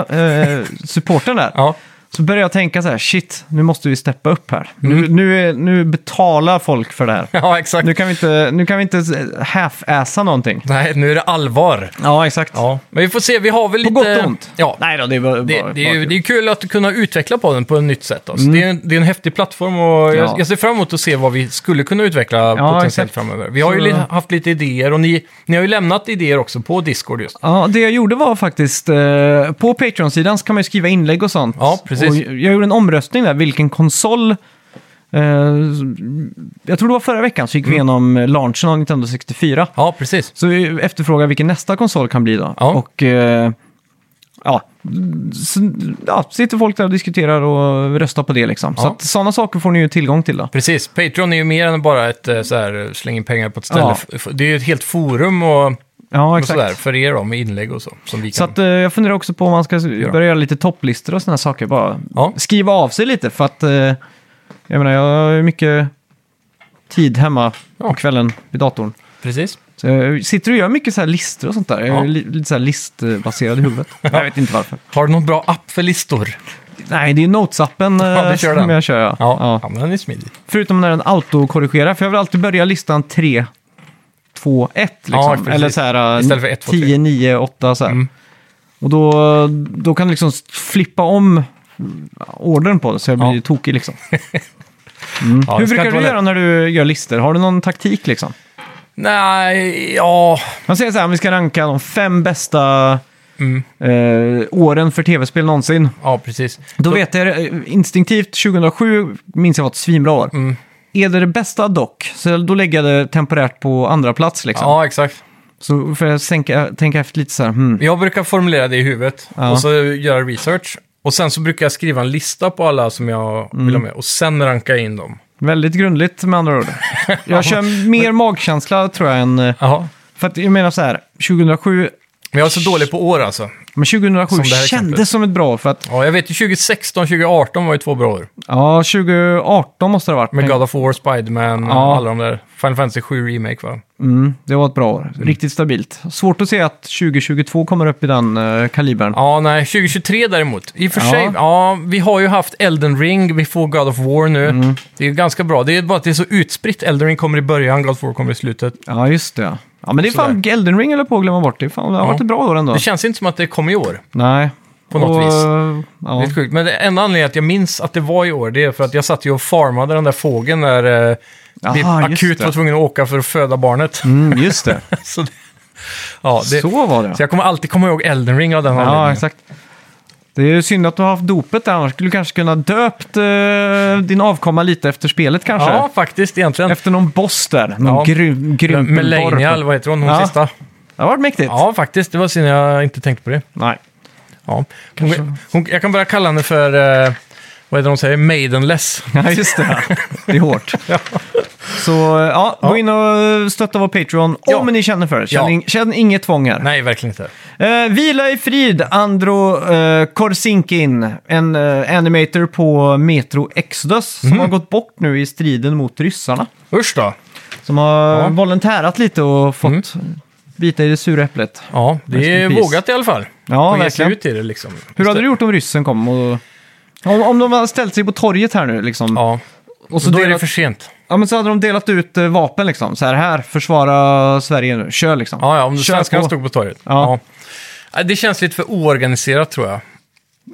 Speaker 1: eh, supporten där. [LAUGHS]
Speaker 2: Ja,
Speaker 1: Så började jag tänka så här, shit, nu måste vi steppa upp här. Nu, nu, är, nu betalar folk för det här.
Speaker 2: ja exakt.
Speaker 1: Nu kan vi inte, nu kan vi inte half-assa någonting.
Speaker 2: Nej, nu är det allvar.
Speaker 1: Ja, exakt.
Speaker 2: Ja, men vi får se. Vi har väl
Speaker 1: På
Speaker 2: lite...
Speaker 1: gott och ont.
Speaker 2: Ja,
Speaker 1: Nej då, det var bara...
Speaker 2: det, det, är ju,
Speaker 1: bara- Mm.
Speaker 2: det är kul att kunna utveckla podden på ett nytt sätt. Alltså. Det, är en, det är en häftig plattform och jag,
Speaker 1: Ja.
Speaker 2: jag ser fram emot att se vad vi skulle kunna utveckla potentiellt
Speaker 1: exakt.
Speaker 2: framöver. Vi har ju
Speaker 1: Så-
Speaker 2: li, haft lite idéer och ni, ni har ju lämnat idéer också på Discord just.
Speaker 1: Ja, det jag gjorde var faktiskt, eh, på Patreon-sidan så kan man ju skriva inlägg och sånt.
Speaker 2: Ja, precis.
Speaker 1: Och jag gjorde en omröstning där, vilken konsol... Eh, jag tror det var förra veckan så gick vi igenom launchen av Nintendo 64.
Speaker 2: Ja, precis.
Speaker 1: Så vi efterfrågar vilken nästa konsol kan bli då.
Speaker 2: Ja.
Speaker 1: Och eh, ja, så, ja, sitter folk där och diskuterar och röstar på det liksom. Så
Speaker 2: Ja.
Speaker 1: att sådana saker får ni ju tillgång till då.
Speaker 2: Precis, Patreon är ju mer än bara ett eh, så här, släng in pengar på ett ställe.
Speaker 1: Ja.
Speaker 2: F- Det är ju ett helt forum och,
Speaker 1: Ja,
Speaker 2: och sådär
Speaker 1: exakt.
Speaker 2: för er då, med inlägg och så. Som vi
Speaker 1: Så
Speaker 2: kan.
Speaker 1: att, eh, jag funderar också på om man ska börja göra lite topplistor och sådana saker. Bara
Speaker 2: Ja.
Speaker 1: skriva av sig lite för att eh, jag menar, jag har ju mycket tid hemma på
Speaker 2: Ja.
Speaker 1: kvällen vid datorn.
Speaker 2: Precis.
Speaker 1: Så jag sitter och gör mycket så här listor och sånt där. Jag är
Speaker 2: Ja.
Speaker 1: li- lite så här listbaserad i
Speaker 2: [LAUGHS]
Speaker 1: huvudet. Jag vet inte varför.
Speaker 2: Har du någon bra app för listor?
Speaker 1: Nej, det är Notes-appen eh,
Speaker 2: Ja, du kör den.
Speaker 1: som jag kör. Ja.
Speaker 2: Ja,
Speaker 1: Ja.
Speaker 2: ja. men den är smidig.
Speaker 1: Förutom när den autokorrigerar, för jag vill alltid börja listan tre, 2, 1
Speaker 2: Ja,
Speaker 1: liksom.
Speaker 2: precis.
Speaker 1: Eller så här, eh,
Speaker 2: Istället för 1, 2, 3.
Speaker 1: 10, 9, 8 så här.
Speaker 2: Mm.
Speaker 1: Och då, då kan du liksom flippa om ordern på det så jag blir
Speaker 2: Ja.
Speaker 1: ju tokig liksom.
Speaker 2: Ja, det
Speaker 1: Mm. Hur
Speaker 2: ska
Speaker 1: brukar du
Speaker 2: inte vara lätt.
Speaker 1: göra när du gör listor? Har du någon taktik liksom?
Speaker 2: Nej, ja...
Speaker 1: Man säger så här, om vi ska ranka de fem bästa
Speaker 2: Mm.
Speaker 1: eh, åren för tv-spel någonsin.
Speaker 2: Ja, precis.
Speaker 1: Då vet jag eh, instinktivt, 2007 minns jag var ett svinbra år.
Speaker 2: Mm.
Speaker 1: Är det det bästa dock, så då lägger jag det temporärt på andra plats liksom.
Speaker 2: Ja, exakt.
Speaker 1: Så får jag tänka, tänka efter lite så här, hmm.
Speaker 2: Jag brukar formulera det i huvudet
Speaker 1: Ja.
Speaker 2: och så göra research. Och sen så brukar jag skriva en lista på alla som jag
Speaker 1: Mm.
Speaker 2: vill ha med och sen ranka in dem.
Speaker 1: Väldigt grundligt med andra ord. Jag
Speaker 2: [LAUGHS]
Speaker 1: kör mer magkänsla tror jag än... eh,
Speaker 2: Jaha.
Speaker 1: För att jag menar så här, 2007,
Speaker 2: Men jag är så dålig på år alltså.
Speaker 1: men 2007
Speaker 2: Som det här exemplet.
Speaker 1: kändes som ett bra år för att,
Speaker 2: Ja, jag vet ju 2016, 2018 var ju två bra år.
Speaker 1: ja, 2018 måste det ha varit.
Speaker 2: Med God of War, Spiderman,
Speaker 1: Ja.
Speaker 2: alla de där. Final Fantasy 7 Remake va?
Speaker 1: Mm, det var ett bra år. Riktigt stabilt. Svårt att se att 2022 kommer upp i den eh, kalibern.
Speaker 2: Ja, nej. 2023 däremot. I och för
Speaker 1: Ja.
Speaker 2: sig, ja, vi har ju haft Elden Ring, vi får God of War nu.
Speaker 1: Mm.
Speaker 2: Det är ju ganska bra. Det är bara att det är så utspritt. Elden Ring kommer i början, God of War kommer i slutet.
Speaker 1: Ja, just det. Ja, men det är
Speaker 2: Sådär.
Speaker 1: fan Elden Ring eller på att glömma bort. Det, är fan, det har
Speaker 2: Ja.
Speaker 1: varit ett bra år ändå.
Speaker 2: Det känns inte som att det kom i år.
Speaker 1: Nej.
Speaker 2: På något
Speaker 1: Och,
Speaker 2: vis.
Speaker 1: eh,
Speaker 2: Det
Speaker 1: Ja.
Speaker 2: är lite sjukt. Men det enda anledningen att jag minns att det var i år, det är för att jag satt ju och farmade den där fågeln när eh, vi
Speaker 1: Aha, just
Speaker 2: akut
Speaker 1: det.
Speaker 2: var tvungen att åka för att föda barnet.
Speaker 1: Mm, just det.
Speaker 2: [LAUGHS] så, det, ja, det, så.
Speaker 1: Så var det.
Speaker 2: jag kommer alltid komma ihåg Elden Ring av den
Speaker 1: Ja,
Speaker 2: anledningen.
Speaker 1: exakt. Det är ju synd att du har haft dopet där, annars skulle du kanske kunna döpt eh, din avkomma lite efter spelet kanske.
Speaker 2: Ja, faktiskt egentligen.
Speaker 1: Efter någon boss där, någon
Speaker 2: Ja.
Speaker 1: ja. grym, grym
Speaker 2: Melanial,
Speaker 1: borp.
Speaker 2: vad heter hon, hon
Speaker 1: Ja.
Speaker 2: sista?
Speaker 1: Det har varit mäktigt.
Speaker 2: Ja, faktiskt. Det var synd jag inte tänkte på det.
Speaker 1: Nej. [LAUGHS]
Speaker 2: Ja. Hon, hon, jag kan börja kalla henne för, eh, vad heter hon säger, Maidenless.
Speaker 1: Ja, just det.
Speaker 2: [LAUGHS]
Speaker 1: Det är hårt. Så eh, ja, gå in och stötta vår Patreon om
Speaker 2: Ja.
Speaker 1: ni känner för det. Känn,
Speaker 2: Ja.
Speaker 1: in, känn inget tvång här.
Speaker 2: Nej, verkligen inte.
Speaker 1: Eh, vila i frid, Andro eh, Korsinkin, en eh, animator på Metro Exodus som
Speaker 2: Mhm.
Speaker 1: har gått bort nu i striden mot ryssarna.
Speaker 2: Usch då.
Speaker 1: Som har
Speaker 2: Ja. Mhm.
Speaker 1: volontärat lite och fått bita i det sura äpplet.
Speaker 2: Ja,
Speaker 1: Rest
Speaker 2: det
Speaker 1: in
Speaker 2: är
Speaker 1: peace.
Speaker 2: vågat i alla fall.
Speaker 1: Ja,
Speaker 2: att ge sig
Speaker 1: verkligen.
Speaker 2: ut i det liksom.
Speaker 1: Hur hade du gjort om ryssen kom och... Om, om de hade ställt sig på torget här nu liksom.
Speaker 2: Ja,
Speaker 1: och
Speaker 2: så
Speaker 1: så
Speaker 2: då är det
Speaker 1: delat-
Speaker 2: för sent.
Speaker 1: Ja, men så hade de delat ut eh, vapen liksom. Så här, här, försvara Sverige nu. Kör liksom.
Speaker 2: Ja, ja om
Speaker 1: Kör
Speaker 2: svenskarna
Speaker 1: på.
Speaker 2: stod på torget.
Speaker 1: Ja.
Speaker 2: Ja, Det känns lite för oorganiserat tror jag.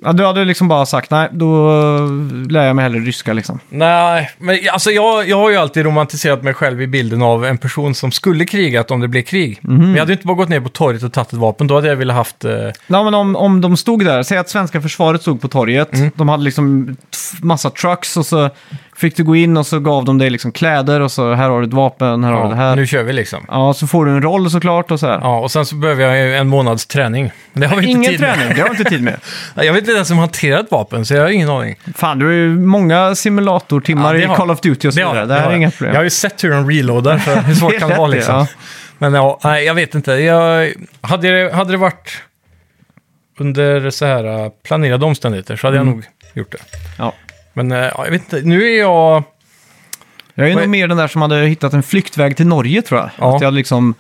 Speaker 1: Ja, du hade liksom bara sagt nej, då eh, lär jag mig hellre ryska liksom.
Speaker 2: Nej, men alltså jag, jag har ju alltid romantiserat mig själv i bilden av en person som skulle krigat om det blev krig. Men jag hade ju inte bara gått ner på torget och tagit ett vapen, då hade jag velat haft... Eh,
Speaker 1: Nej, men om, om de stod där, säg att svenska försvaret stod på torget.
Speaker 2: Mm.
Speaker 1: De hade liksom t- massa trucks och så fick du gå in och så gav de dig liksom kläder och så här har du ett vapen, här har du det
Speaker 2: ja,
Speaker 1: här.
Speaker 2: nu kör vi liksom.
Speaker 1: Ja, så får du en roll såklart och så här.
Speaker 2: Ja, och sen så behöver jag ju en månads träning. Men Det har vi inte
Speaker 1: Ingen
Speaker 2: tid med.
Speaker 1: träning, det har jag inte tid
Speaker 2: [LAUGHS]
Speaker 1: med.
Speaker 2: Ja, Jag vet inte ens om hantera ett vapen, så jag har ingen aning.
Speaker 1: Fan, du har ju många simulatortimmar
Speaker 2: Ja, det
Speaker 1: i
Speaker 2: har-
Speaker 1: Call of Duty och så
Speaker 2: har
Speaker 1: vidare.
Speaker 2: jag,
Speaker 1: Det här
Speaker 2: har
Speaker 1: är
Speaker 2: jag.
Speaker 1: inga problem.
Speaker 2: Jag har ju sett hur de reloadar, för hur
Speaker 1: Det [LAUGHS]
Speaker 2: svårt
Speaker 1: är
Speaker 2: kan det vara
Speaker 1: lätt det,
Speaker 2: liksom.
Speaker 1: ja.
Speaker 2: Men ja, nej, jag vet inte. Jag, hade, det, hade det varit under så här eh, planerade omständigheter så
Speaker 1: Mm.
Speaker 2: hade jag nog gjort det.
Speaker 1: Ja.
Speaker 2: Men eh, ja, jag vet inte, nu är jag...
Speaker 1: Jag är
Speaker 2: Vad
Speaker 1: nog
Speaker 2: är-
Speaker 1: mer den där som hade hittat en flyktväg till Norge tror jag.
Speaker 2: Ja.
Speaker 1: Att jag hade liksom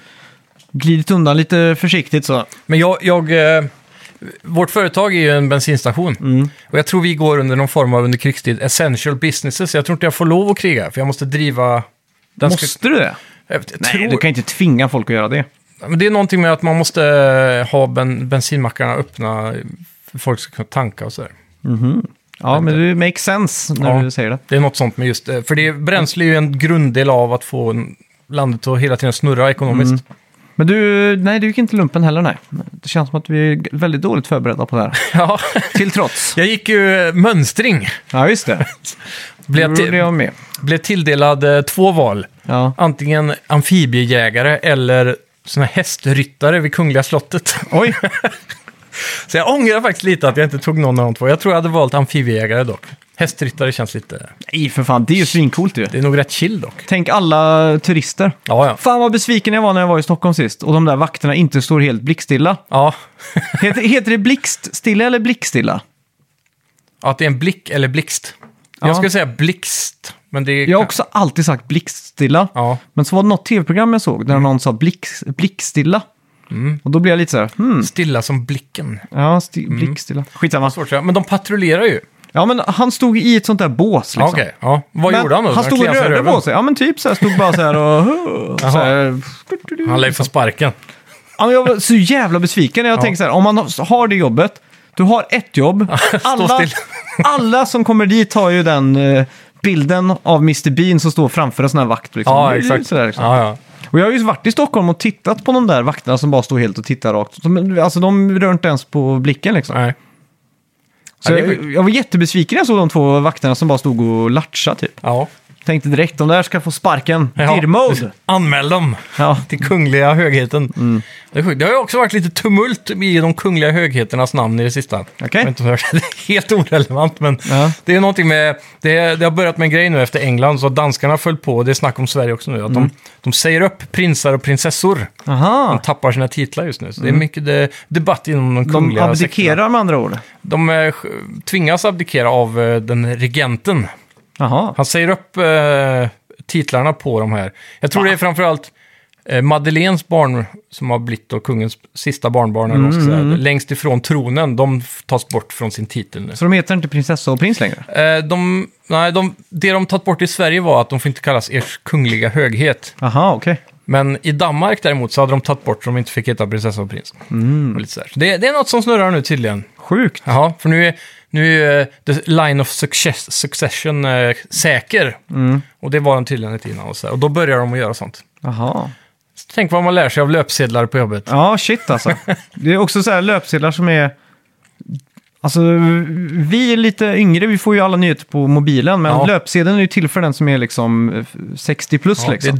Speaker 1: glidit undan lite försiktigt så.
Speaker 2: Men jag... jag eh, vårt företag är ju en bensinstation.
Speaker 1: Mm.
Speaker 2: Och jag tror vi går under någon form av under krigstid essential businesses. Jag tror inte jag får lov att kriga, för jag måste driva... Den ska-
Speaker 1: Måste du det?
Speaker 2: jag
Speaker 1: Nej,
Speaker 2: tror-
Speaker 1: du kan inte tvinga folk att göra det.
Speaker 2: Men det är någonting med att man måste eh, ha ben, bensinmackarna öppna för folk ska kunna tanka och sådär.
Speaker 1: Ja, men det makes sense när
Speaker 2: Ja.
Speaker 1: du säger det.
Speaker 2: Det är något sånt med just det. För det, bränsle är ju en grunddel av att få en- landet att hela tiden snurra ekonomiskt.
Speaker 1: Men du, nej, du gick inte lumpen heller, nej. Det känns som att vi är g- väldigt dåligt förberedda på det här.
Speaker 2: [LAUGHS] Ja.
Speaker 1: [LAUGHS] Till trots.
Speaker 2: Jag gick ju eh, mönstring.
Speaker 1: Ja, just [LAUGHS] det.
Speaker 2: Blev,
Speaker 1: Det gjorde
Speaker 2: till,
Speaker 1: jag med.
Speaker 2: blev tilldelad eh, två val.
Speaker 1: Ja.
Speaker 2: Antingen amfibiejägare eller sån här hästryttare vid Kungliga slottet.
Speaker 1: [LAUGHS] Oj,
Speaker 2: [LAUGHS] Så jag ångrar faktiskt lite att jag inte tog någon av de två. Jag tror jag hade valt amfibiejägare dock. Hästryttare känns lite...
Speaker 1: nej för fan, det är ju svincoolt ju.
Speaker 2: Det är nog rätt chill dock.
Speaker 1: Tänk alla turister.
Speaker 2: Ja, ja.
Speaker 1: Fan vad besviken jag var när jag var i Stockholm sist och de där vakterna inte står helt blickstilla.
Speaker 2: Ja, [LAUGHS]
Speaker 1: [LAUGHS] Heter, heter det blickstilla eller blickstilla?
Speaker 2: att det är en blick eller blixt.
Speaker 1: Ja.
Speaker 2: Jag skulle säga blixt, men det är...
Speaker 1: Jag har också alltid sagt blickstilla.
Speaker 2: Ja,
Speaker 1: Men så var det något tv-program jag såg där någon sa blick, blickstilla. Och då blev jag lite så här, hmm,
Speaker 2: stilla som blicken.
Speaker 1: ja, sti, blickstilla. Skitsamma.
Speaker 2: Svårt att säga. Men de patrullerar ju.
Speaker 1: Ja, men han stod i ett sånt där bås
Speaker 2: Ja,
Speaker 1: liksom.
Speaker 2: Okej, ja. Vad
Speaker 1: Men
Speaker 2: gjorde han då?
Speaker 1: Han stod och
Speaker 2: kliade sig i
Speaker 1: rörde
Speaker 2: röven. [LAUGHS]
Speaker 1: på sig. Ja, men typ så här, stod bara så här och... och så här, du.
Speaker 2: Han lär ju få sparken.
Speaker 1: Ja, men jag var så jävla besviken. Jag tänkte så här, om man har det jobbet, du har ett jobb.
Speaker 2: [LAUGHS]
Speaker 1: Alla,
Speaker 2: still.
Speaker 1: [LAUGHS] alla som kommer dit har ju den eh, bilden av Mr Bean som står framför en sån här vakt. Liksom.
Speaker 2: Ja,
Speaker 1: Det är ju
Speaker 2: exakt.
Speaker 1: sådär, liksom.
Speaker 2: Ja, ja.
Speaker 1: Och jag har ju varit i Stockholm och tittat på de där vakterna som bara står helt och tittar rakt. De, alltså de rör inte ens på blicken liksom.
Speaker 2: Nej.
Speaker 1: Så
Speaker 2: Ja, det är
Speaker 1: jag, jag var jättebesviken när jag såg de två vakterna som bara stod och latcha typ.
Speaker 2: Ja.
Speaker 1: Tänkte direkt, de där ska få sparken.
Speaker 2: Ja.
Speaker 1: Dirr-mode!
Speaker 2: Anmäl dem
Speaker 1: Ja. Mm.
Speaker 2: till kungliga högheten. Det, är sjukt. det har ju också varit lite tumult i de kungliga högheternas namn i det sista. Jag vet inte om jag hörde det. [LAUGHS] Det är helt orelevant, men
Speaker 1: Ja.
Speaker 2: det är någonting med... Det, det har börjat med en grej nu efter England, så danskarna föll på, det är snack om Sverige också nu, att
Speaker 1: Mm.
Speaker 2: de, de säger upp prinsar och prinsessor.
Speaker 1: Aha.
Speaker 2: De tappar sina titlar just nu, så det är mycket de, debatt inom de
Speaker 1: Mm. De
Speaker 2: kungliga sekterna.
Speaker 1: abdikerar med andra ord.
Speaker 2: De eh, tvingas abdikera av eh, den regenten.
Speaker 1: Jaha.
Speaker 2: Han säger upp eh, titlarna på de här. Jag tror det är framförallt eh, Madeleines barn, som har blivit då kungens sista barnbarn, eller vad man ska säga, längst ifrån tronen, de f- tas bort från sin titel nu.
Speaker 1: Så de heter inte prinsessa och prins längre?
Speaker 2: Eh, de, nej, de, det de tagit bort i Sverige var att de får inte kallas ers kungliga höghet.
Speaker 1: Aha, okej.
Speaker 2: Men i Danmark däremot så hade de tagit bort så de inte fick heta prinsessa och prins. Och lite så här. Så det, det är något som snurrar nu tydligen.
Speaker 1: Sjukt.
Speaker 2: Jaha, för nu är, nu är eh, the line of success, succession eh, säker.
Speaker 1: Mm.
Speaker 2: Och det var den tydligen inte innan. Och, så här. och då börjar de att göra sånt.
Speaker 1: Aha.
Speaker 2: Så tänk vad man lär sig av löpsedlar på jobbet.
Speaker 1: Ja, shit alltså. Det är också så här löpsedlar som är... Alltså, vi är lite yngre, vi får ju alla nyheter på mobilen, men
Speaker 2: Ja.
Speaker 1: löpsedeln är ju till för den som är liksom eh, 60 plus
Speaker 2: Ja, det är
Speaker 1: liksom.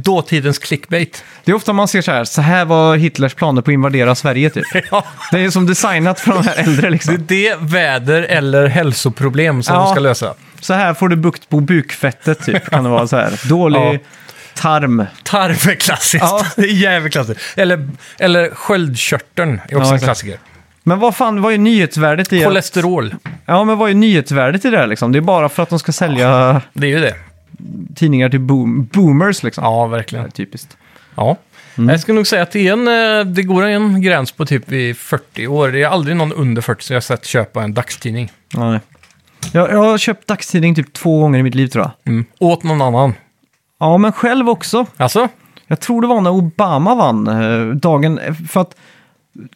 Speaker 1: [LAUGHS]
Speaker 2: dåtidens clickbait.
Speaker 1: Det är ofta man ser så här, så här var Hitlers planer på att invadera Sverige
Speaker 2: [LAUGHS]
Speaker 1: typ.
Speaker 2: Ja,
Speaker 1: Det är som designat för de här äldre
Speaker 2: det är
Speaker 1: liksom.
Speaker 2: det väder eller hälsoproblem som
Speaker 1: Ja.
Speaker 2: de ska lösa.
Speaker 1: Så här får du bukt på bukfettet typ, kan det vara så här. Dålig
Speaker 2: Ja.
Speaker 1: tarm.
Speaker 2: Tarv är klassiskt.
Speaker 1: Ja.
Speaker 2: [LAUGHS] Det är jävligt klassiskt. Eller, eller sköldkörteln är också en
Speaker 1: exakt.
Speaker 2: klassiker.
Speaker 1: Men vad fan, vad är nyhetsvärdet i...
Speaker 2: Kolesterol,
Speaker 1: Ja, men vad är nyhetsvärdet i det här liksom? Det är bara för att de ska sälja
Speaker 2: det är ju det.
Speaker 1: tidningar till boom, boomers liksom.
Speaker 2: Ja,
Speaker 1: Det
Speaker 2: verkligen.
Speaker 1: är typiskt.
Speaker 2: Ja.
Speaker 1: Mm.
Speaker 2: Jag skulle nog säga att det, är en, eh, det går en gräns på typ vid 40 år. Det är aldrig någon under 40 som jag har sett köpa en dagstidning.
Speaker 1: Ja, nej. Jag, jag har köpt dagstidning typ två gånger i mitt liv tror jag.
Speaker 2: Mm. Åt någon annan.
Speaker 1: Ja, men själv också.
Speaker 2: Alltså?
Speaker 1: Jag tror det var när Obama vann eh, dagen, för att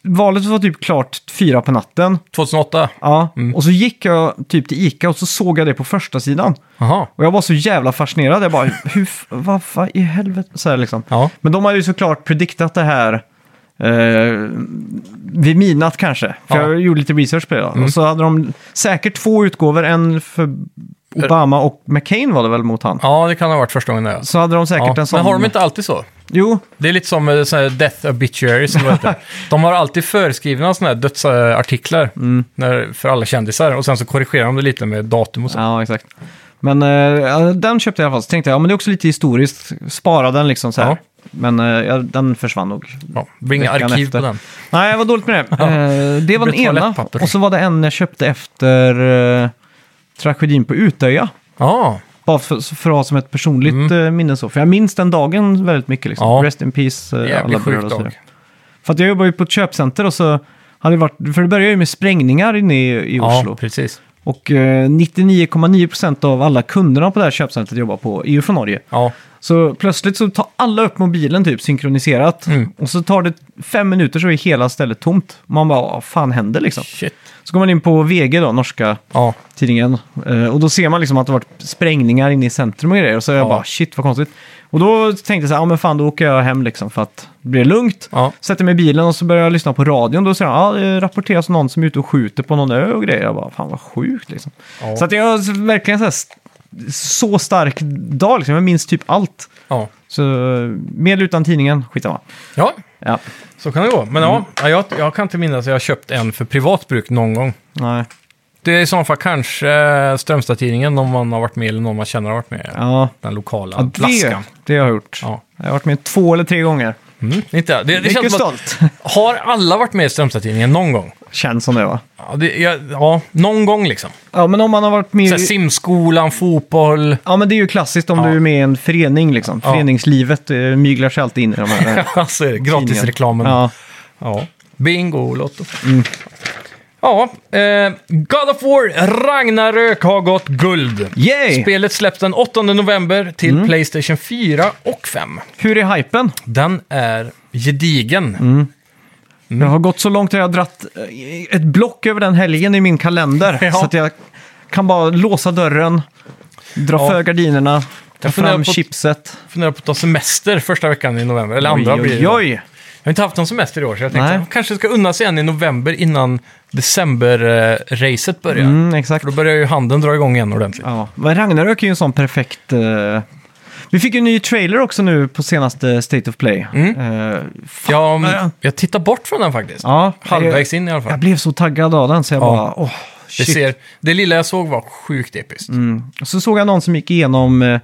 Speaker 1: valet var typ klart fyra på natten.
Speaker 2: 2008?
Speaker 1: Ja, och så gick jag typ till Ica och så såg jag det på första sidan.
Speaker 2: Jaha.
Speaker 1: Och jag var så jävla fascinerad. Jag bara, hur, f- vad, vad i helvete? Så här liksom.
Speaker 2: Ja.
Speaker 1: Men de har ju såklart prediktat det här eh, vid midnatt kanske. För
Speaker 2: Ja. Mm.
Speaker 1: jag gjorde lite research på det. då. Och så hade de säkert två utgåvor, en för Obama och McCain var det väl mot han.
Speaker 2: Ja, det kan ha varit första gången det.
Speaker 1: Så hade de säkert
Speaker 2: Ja.
Speaker 1: en sån...
Speaker 2: Men har de inte alltid så?
Speaker 1: Jo,
Speaker 2: Det är lite som eh, sån här Death Obituary som det heter.
Speaker 1: [LAUGHS]
Speaker 2: De har alltid föreskrivna såna här dödsartiklar
Speaker 1: Mm.
Speaker 2: när, för alla kändisar. Och sen så korrigerar de det lite med datum och så.
Speaker 1: ja exakt. Men eh, ja, den köpte jag i alla fall. Så tänkte jag, ja men det är också lite historiskt. Spara den liksom så här.
Speaker 2: Ja.
Speaker 1: Men eh, ja, den försvann nog
Speaker 2: Ja. Bringa
Speaker 1: Veckan
Speaker 2: arkiv
Speaker 1: efter.
Speaker 2: på den.
Speaker 1: Nej, jag var dåligt med det. Eh, det var
Speaker 2: Det
Speaker 1: den
Speaker 2: blir
Speaker 1: ena.
Speaker 2: toalettpapper.
Speaker 1: Och så var det en jag köpte efter eh, tragedin på Utöja.
Speaker 2: Ja,
Speaker 1: Bara för, för att ha som ett personligt eh, minne så. För jag minns den dagen väldigt mycket. Liksom.
Speaker 2: Mm. Ja.
Speaker 1: Rest in peace. eh, alla
Speaker 2: jävligt
Speaker 1: bröder
Speaker 2: sjuk
Speaker 1: och så vidare.
Speaker 2: dag.
Speaker 1: För att jag jobbar ju på ett köpcenter och så hade det varit, för det började ju med sprängningar inne i, i
Speaker 2: Ja,
Speaker 1: Oslo.
Speaker 2: precis.
Speaker 1: Och eh, 99,9% av alla kunderna på det här köpcentret jag jobbar på är ju från Norge.
Speaker 2: Ja,
Speaker 1: Så plötsligt så tar alla upp mobilen typ synkroniserat.
Speaker 2: Mm.
Speaker 1: Och så tar det fem minuter så är hela stället tomt. Man bara, vad fan händer liksom?
Speaker 2: shit.
Speaker 1: Så går man in på VG då, norska
Speaker 2: Ja,
Speaker 1: tidningen. Eh, Och då ser man liksom att det varit sprängningar inne i centrum och grejer. Och så är jag
Speaker 2: Ja.
Speaker 1: bara, shit vad konstigt. Och då tänkte jag så här, ja men fan då åker jag hem liksom för att det blir lugnt.
Speaker 2: ja.
Speaker 1: Sätter mig i bilen och så börjar jag lyssna på radion. Då säger de, ja det rapporteras någon som är ute och skjuter på någon ö och grejer. Jag bara, fan vad sjukt liksom.
Speaker 2: Ja.
Speaker 1: Så att jag har verkligen så här, st- så stark dag liksom. Jag minns typ allt.
Speaker 2: ja.
Speaker 1: Så med eller utan tidningen, skitsamma.
Speaker 2: ja.
Speaker 1: Ja, Mm.
Speaker 2: Så kan det gå. Men ja, ja, jag, jag kan inte minnas att jag har köpt en för privat bruk någon gång.
Speaker 1: nej.
Speaker 2: Det är i så fall kanske eh, Strömstad-tidningen, någon man har varit med eller någon man känner har varit med.
Speaker 1: Ja,
Speaker 2: Den lokala
Speaker 1: ja det,
Speaker 2: laskan.
Speaker 1: det har jag gjort.
Speaker 2: Ja.
Speaker 1: Jag har varit med två eller tre gånger.
Speaker 2: Mm. Inte, det, det
Speaker 1: Mycket
Speaker 2: känns som att,
Speaker 1: stolt. [LAUGHS]
Speaker 2: har alla varit med i Strömstad-tidningen någon gång?
Speaker 1: Känns som det va?
Speaker 2: Ja, det, ja, ja någon gång liksom.
Speaker 1: Ja, men om man har varit med...
Speaker 2: Så här,
Speaker 1: i-
Speaker 2: simskolan, fotboll. [LAUGHS]
Speaker 1: Ja, men det är ju klassiskt om
Speaker 2: Ja.
Speaker 1: du är med i en förening liksom.
Speaker 2: Ja.
Speaker 1: Föreningslivet eh, myglar sig alltid in i de
Speaker 2: [LAUGHS]
Speaker 1: här. eh,
Speaker 2: alltså, gratisreklamen. Ja.
Speaker 1: ja.
Speaker 2: Bingo, Lotto. Ja, eh, God of War Ragnarök har gått guld.
Speaker 1: Yay!
Speaker 2: Spelet släpps den 8 november till
Speaker 1: Mm.
Speaker 2: Playstation 4 och 5.
Speaker 1: Hur är hypen?
Speaker 2: Den är gedigen.
Speaker 1: Mm.
Speaker 2: Mm.
Speaker 1: Jag har gått så långt att jag har dratt eh, ett block över den helgen i min kalender.
Speaker 2: [LAUGHS] Ja.
Speaker 1: Så att jag kan bara låsa dörren, dra
Speaker 2: Ja.
Speaker 1: för gardinerna, ta
Speaker 2: Jag funderar
Speaker 1: fram
Speaker 2: på-
Speaker 1: chipset.
Speaker 2: Funderar på att ta semester första veckan i november, eller andra blir det.
Speaker 1: oj,
Speaker 2: Jag
Speaker 1: oj.
Speaker 2: har inte haft någon semester i år, så jag tänkte
Speaker 1: Nej.
Speaker 2: att jag kanske ska unna sig en i november innan december-racet börjar.
Speaker 1: Mm, exakt.
Speaker 2: För då börjar ju handen dra igång igen ordentligt.
Speaker 1: Ja, men Ragnarök är ju en sån perfekt... eh, Vi fick ju en ny trailer också nu på senaste State of Play.
Speaker 2: Mm.
Speaker 1: Eh,
Speaker 2: Jag,
Speaker 1: ja.
Speaker 2: jag tittar bort från den faktiskt.
Speaker 1: ja,
Speaker 2: Halvvägs in i alla
Speaker 1: Jag, jag
Speaker 2: fall.
Speaker 1: blev så taggad av den så jag
Speaker 2: Ja.
Speaker 1: bara... Åh,
Speaker 2: Det,
Speaker 1: shit.
Speaker 2: ser, det lilla jag såg var sjukt episkt.
Speaker 1: Mm. Och Så såg jag någon som gick igenom eh,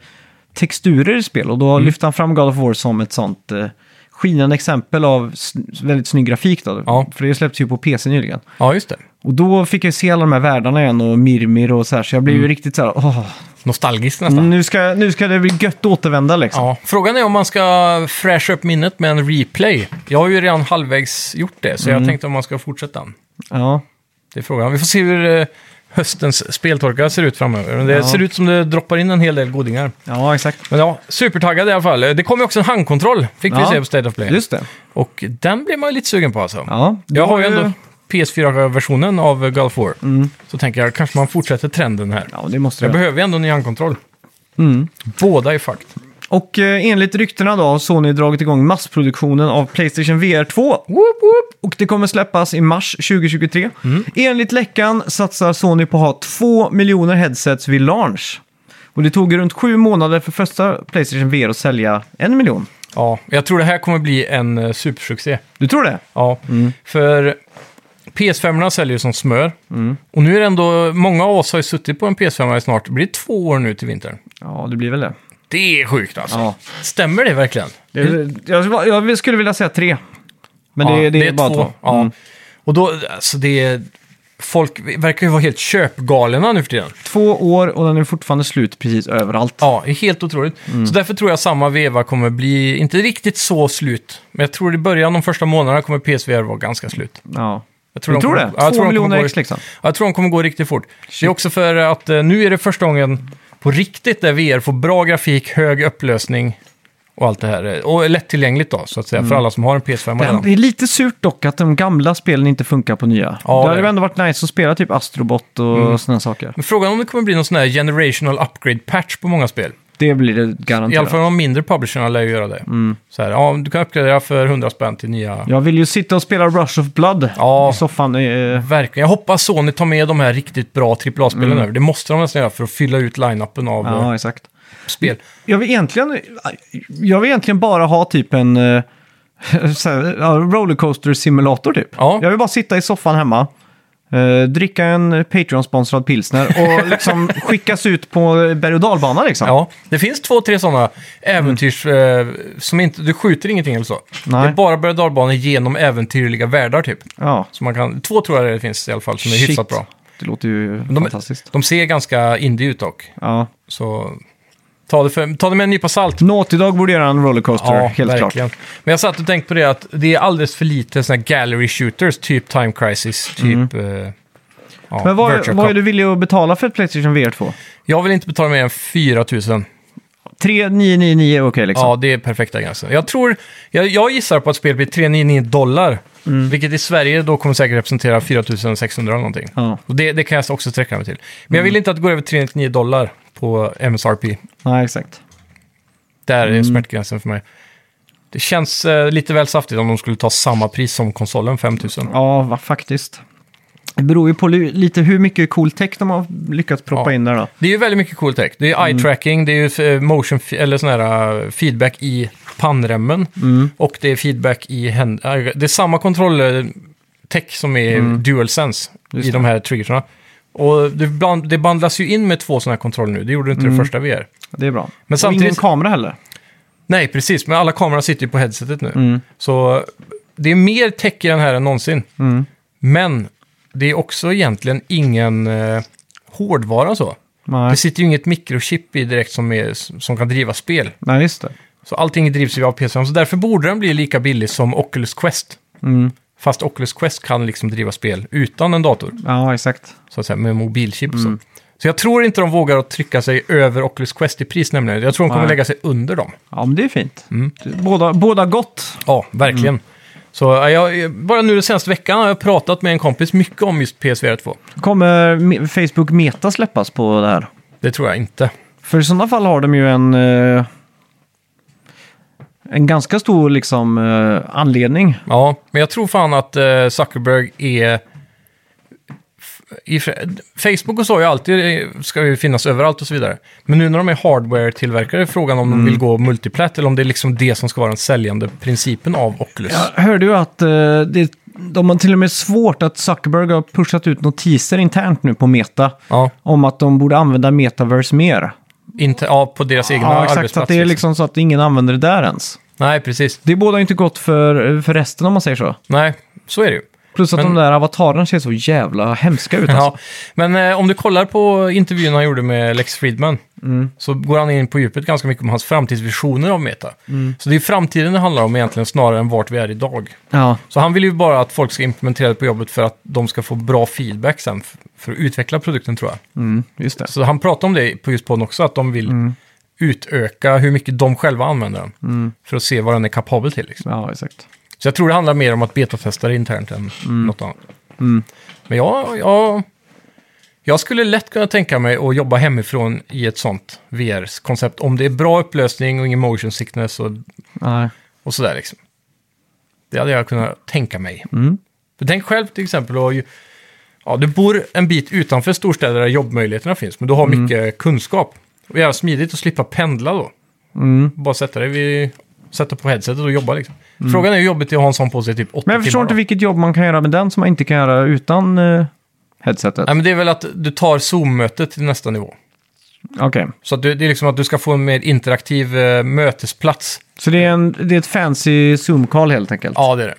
Speaker 1: texturer i spel och då
Speaker 2: Mm.
Speaker 1: lyfte han fram God of War som ett sånt eh, skinande exempel av sn- väldigt snygg grafik. Då.
Speaker 2: Ja.
Speaker 1: För det släpptes ju på PC nyligen.
Speaker 2: Ja, just det.
Speaker 1: Och då fick jag se alla de här världarna igen och Mirmir och så här. Så jag blev
Speaker 2: Mm.
Speaker 1: ju riktigt så här, åh,
Speaker 2: Nostalgiskt nästan.
Speaker 1: Mm, nu, ska, nu ska det bli gött återvända liksom.
Speaker 2: Ja. Frågan är om man ska fräscha upp minnet med en replay. Jag har ju redan halvvägs gjort det, så jag tänkte om man ska fortsätta.
Speaker 1: Ja.
Speaker 2: Det är frågan. Vi får se hur eh, höstens speltorka ser ut framöver. Men Det
Speaker 1: Ja.
Speaker 2: ser ut som det droppar in en hel del godingar.
Speaker 1: ja, exakt.
Speaker 2: Men ja, supertaggad i alla fall. Det kom ju också en handkontroll, fick vi
Speaker 1: Ja.
Speaker 2: se på State of Play.
Speaker 1: Just det.
Speaker 2: Och den blir man ju lite sugen på alltså.
Speaker 1: Ja,
Speaker 2: Jag
Speaker 1: då
Speaker 2: har ju
Speaker 1: är-
Speaker 2: ändå PS4-versionen av God of War. Så tänker jag, kanske man fortsätter trenden här.
Speaker 1: Ja, det måste
Speaker 2: Jag Mm.
Speaker 1: det.
Speaker 2: behöver ju ändå en ny handkontroll. Båda är fakt.
Speaker 1: Och eh, enligt ryktena då har Sony dragit igång massproduktionen av Playstation VR 2.
Speaker 2: Woop, woop.
Speaker 1: Och det kommer släppas i mars 2023.
Speaker 2: Mm.
Speaker 1: Enligt läckan satsar Sony på att ha 2 miljoner headsets vid launch. Och det tog runt sju månader för första Playstation VR att sälja en miljon.
Speaker 2: Ja, jag tror det här kommer bli en eh, supersuccé.
Speaker 1: Du tror det?
Speaker 2: Ja,
Speaker 1: Mm.
Speaker 2: för PS5 säljer ju som smör.
Speaker 1: Mm.
Speaker 2: Och nu är det ändå, många av oss har ju suttit på en PS5 i snart, det blir två år nu till vintern.
Speaker 1: Ja, det blir väl det.
Speaker 2: Det är sjukt alltså.
Speaker 1: Ja.
Speaker 2: Stämmer det verkligen?
Speaker 1: det jag, jag skulle vilja säga tre. Men
Speaker 2: Ja,
Speaker 1: det, det, är bara två.
Speaker 2: Ja.
Speaker 1: Mm.
Speaker 2: Och då, alltså det är, folk verkar ju vara helt köpgalna nu för tiden.
Speaker 1: Två år och den är fortfarande slut precis överallt.
Speaker 2: Ja, det är helt otroligt.
Speaker 1: Mm.
Speaker 2: Så därför tror jag samma veva kommer bli, inte riktigt så slut, men jag tror i början de första månaderna kommer PSVR vara ganska slut.
Speaker 1: Ja.
Speaker 2: Jag
Speaker 1: Du tror
Speaker 2: de kommer-
Speaker 1: det?
Speaker 2: Ja, jag
Speaker 1: Två
Speaker 2: tror de kommer
Speaker 1: miljoner
Speaker 2: gå-
Speaker 1: ex liksom?
Speaker 2: Jag tror de kommer gå riktigt fort. Det är också för att eh, nu är det första gången på riktigt där VR får bra grafik, hög upplösning och allt det här. eh, Och är lättillgängligt då, så att säga, för
Speaker 1: Mm.
Speaker 2: alla som har en PS5
Speaker 1: Men Det
Speaker 2: redan.
Speaker 1: är lite surt dock att de gamla spelen inte funkar på nya.
Speaker 2: Ja,
Speaker 1: det hade
Speaker 2: det-
Speaker 1: väl ändå varit nice att spela typ Astrobot och mm. sådana saker.
Speaker 2: Men frågan är om det kommer bli någon sån här generational upgrade patch på många spel.
Speaker 1: Det blir det Mm.
Speaker 2: I alla
Speaker 1: garanterat.
Speaker 2: fall de mindre publisherna lär ju göra det. Så här, ja, du kan uppgradera för 100 spänn till nya...
Speaker 1: Jag vill ju sitta och spela Rush of Blood
Speaker 2: Ja.
Speaker 1: i soffan. eh,
Speaker 2: Verkligen. Jag hoppas Sony tar med de här riktigt bra AAA-spelen över. Det måste de nästan göra för att fylla ut line-upen av eh,
Speaker 1: Mm. Ja, exakt.
Speaker 2: spel.
Speaker 1: Jag vill egentligen, jag vill egentligen bara ha typ en eh, [LAUGHS] så här, ja, rollercoaster simulator typ.
Speaker 2: Ja.
Speaker 1: Jag vill bara sitta i soffan hemma, eh, dricka en Patreon-sponsrad pilsner och
Speaker 2: [LAUGHS]
Speaker 1: liksom skickas ut på berg och dalbana liksom.
Speaker 2: Ja, det finns två, tre sådana äventyrs... Eh, som inte, du skjuter ingenting eller så.
Speaker 1: Mm. Nej.
Speaker 2: Det är bara berg och dalbanor genom äventyrliga världar typ.
Speaker 1: Ja.
Speaker 2: Så man kan, två tror jag det finns i alla fall som är
Speaker 1: Shit.
Speaker 2: hyfsat bra.
Speaker 1: Det låter ju
Speaker 2: De,
Speaker 1: fantastiskt.
Speaker 2: de ser ganska indie ut dock.
Speaker 1: Ja.
Speaker 2: Så ta det, för, ta det med en nypa salt.
Speaker 1: Naughty Dog borde göra en rollercoaster, helt klart.
Speaker 2: verkligen. Men jag satt och tänkte på det att det är alldeles för lite sådana här gallery shooters, typ Time Crisis, typ... Eh, ja,
Speaker 1: Mm. Men vad,
Speaker 2: Virtua
Speaker 1: vad är
Speaker 2: Cop.
Speaker 1: du villig att betala för ett Playstation VR 2?
Speaker 2: Jag vill inte betala mer än 4 000.
Speaker 1: 3999 är okej liksom.
Speaker 2: Ja, det är perfekta gränsen. Jag tror, jag, jag gissar på att spelet blir 399 dollar. Vilket i Sverige då kommer säkert representera 4600 eller någonting.
Speaker 1: Ja.
Speaker 2: Och det, det kan jag också sträcka mig till. Men jag vill inte att det går över 399 dollar på MSRP.
Speaker 1: Nej, exakt.
Speaker 2: Där är smärtgränsen för mig. Det känns eh, lite väl saftigt om de skulle ta samma pris som konsolen, 5000.
Speaker 1: Ja, va, faktiskt. Det beror ju på li- lite hur mycket cool tech de har lyckats proppa
Speaker 2: Ja.
Speaker 1: in där då.
Speaker 2: Det är ju väldigt mycket cool tech. Det är eye tracking, det är ju eh, motion, f- eller sån här eh, feedback i pannremmen.
Speaker 1: Mm,
Speaker 2: Och det är feedback i händerna. Det är samma kontroll-tech som är DualSense
Speaker 1: Mm. Just
Speaker 2: i de här triggerna. Och det, bland, det bandlas ju in med två sådana här kontroller nu. Det gjorde det inte
Speaker 1: Mm.
Speaker 2: det första VR.
Speaker 1: Det är bra.
Speaker 2: Men
Speaker 1: Och
Speaker 2: samtidigt-
Speaker 1: ingen kamera heller.
Speaker 2: Nej, precis. Men alla kameror sitter ju på headsetet nu.
Speaker 1: Mm.
Speaker 2: Så det är mer tech i den här än någonsin.
Speaker 1: Mm.
Speaker 2: Men det är också egentligen ingen eh, hårdvara så.
Speaker 1: Nej,
Speaker 2: Det sitter ju inget mikrochip i direkt som, är, som kan driva spel.
Speaker 1: Nej just det. Mm.
Speaker 2: Så allting drivs ju av PS5, så därför borde den bli lika billig som Oculus Quest. Fast Oculus Quest kan liksom driva spel utan en dator,
Speaker 1: Ja, exakt.
Speaker 2: så att säga, med mobilchip och så. Så jag tror inte de vågar att trycka sig över Oculus Quest i pris nämligen. Jag tror de kommer
Speaker 1: Nej.
Speaker 2: lägga sig under dem.
Speaker 1: Ja, men det är fint.
Speaker 2: Mm.
Speaker 1: Båda, båda gott.
Speaker 2: Ja, verkligen. Så ja, jag, bara nu den senaste veckan har jag pratat med en kompis mycket om just PSVR 2.
Speaker 1: Kommer Me- Facebook Meta släppas på det här?
Speaker 2: Det tror jag inte.
Speaker 1: För i sådana fall har de ju en... eh, en ganska stor liksom eh, anledning.
Speaker 2: Ja, men jag tror fan att eh, Zuckerberg är... f- I, Facebook och så har ju alltid, eh, ska ju finnas överallt och så vidare. Men nu när de är hardware-tillverkare är frågan om
Speaker 1: Mm.
Speaker 2: de vill gå multiplat eller om det är liksom det som ska vara den säljande principen av Oculus.
Speaker 1: Jag hörde ju att eh, det, de har till och med svårt att Zuckerberg har pushat ut notiser internt nu på Meta.
Speaker 2: Ja,
Speaker 1: Om att de borde använda Metaverse mer.
Speaker 2: inte, ja på deras egna
Speaker 1: Ja, exakt. Så att
Speaker 2: arbetsplatser.
Speaker 1: det är liksom så att ingen använder det där ens.
Speaker 2: Nej, precis.
Speaker 1: Det är båda inte gott för, för resten om man säger så.
Speaker 2: Nej, så är det ju.
Speaker 1: Plus att
Speaker 2: Men-
Speaker 1: de där avatarerna ser så jävla hemska ut. Alltså.
Speaker 2: Ja, men eh, om du kollar på intervjun han gjorde med Lex Friedman så går han in på djupet ganska mycket om hans framtidsvisioner av Meta. Så det är framtiden det handlar om egentligen snarare än vart vi är idag.
Speaker 1: Ja.
Speaker 2: Så han vill ju bara att folk ska implementera det på jobbet för att de ska få bra feedback sen f- för att utveckla produkten tror jag.
Speaker 1: Mm, just det.
Speaker 2: Så han pratar om det på just podden också, att de vill utöka hur mycket de själva använder den för att se vad den är kapabel till. Liksom.
Speaker 1: Ja, exakt.
Speaker 2: Så jag tror det handlar mer om att betatesta det internt än något annat. Men jag, jag, jag skulle lätt kunna tänka mig att jobba hemifrån i ett sånt VR-koncept om det är bra upplösning och ingen motion sickness och
Speaker 1: Nej.
Speaker 2: och sådär liksom. Det hade jag kunnat tänka mig.
Speaker 1: Mm.
Speaker 2: För tänk själv till exempel, du, har ju, ja, du bor en bit utanför storstäder där jobbmöjligheterna finns, men du har mycket kunskap. Och jävla smidigt att slippa pendla då.
Speaker 1: Mm.
Speaker 2: Bara sätta dig vid, sätta på headsetet och jobba liksom. Frågan är ju jobbigt att ha en sån på sig typ 80
Speaker 1: Men jag förstår
Speaker 2: timmar.
Speaker 1: inte
Speaker 2: då.
Speaker 1: vilket jobb man kan göra med den som man inte kan göra utan eh, headsetet.
Speaker 2: Nej, men det är väl att du tar Zoom-mötet till nästa nivå.
Speaker 1: Okej,
Speaker 2: Så att du, det är liksom att du ska få en mer interaktiv eh, mötesplats.
Speaker 1: så det är, en, det är ett fancy Zoom-call helt enkelt?
Speaker 2: Ja, det är det.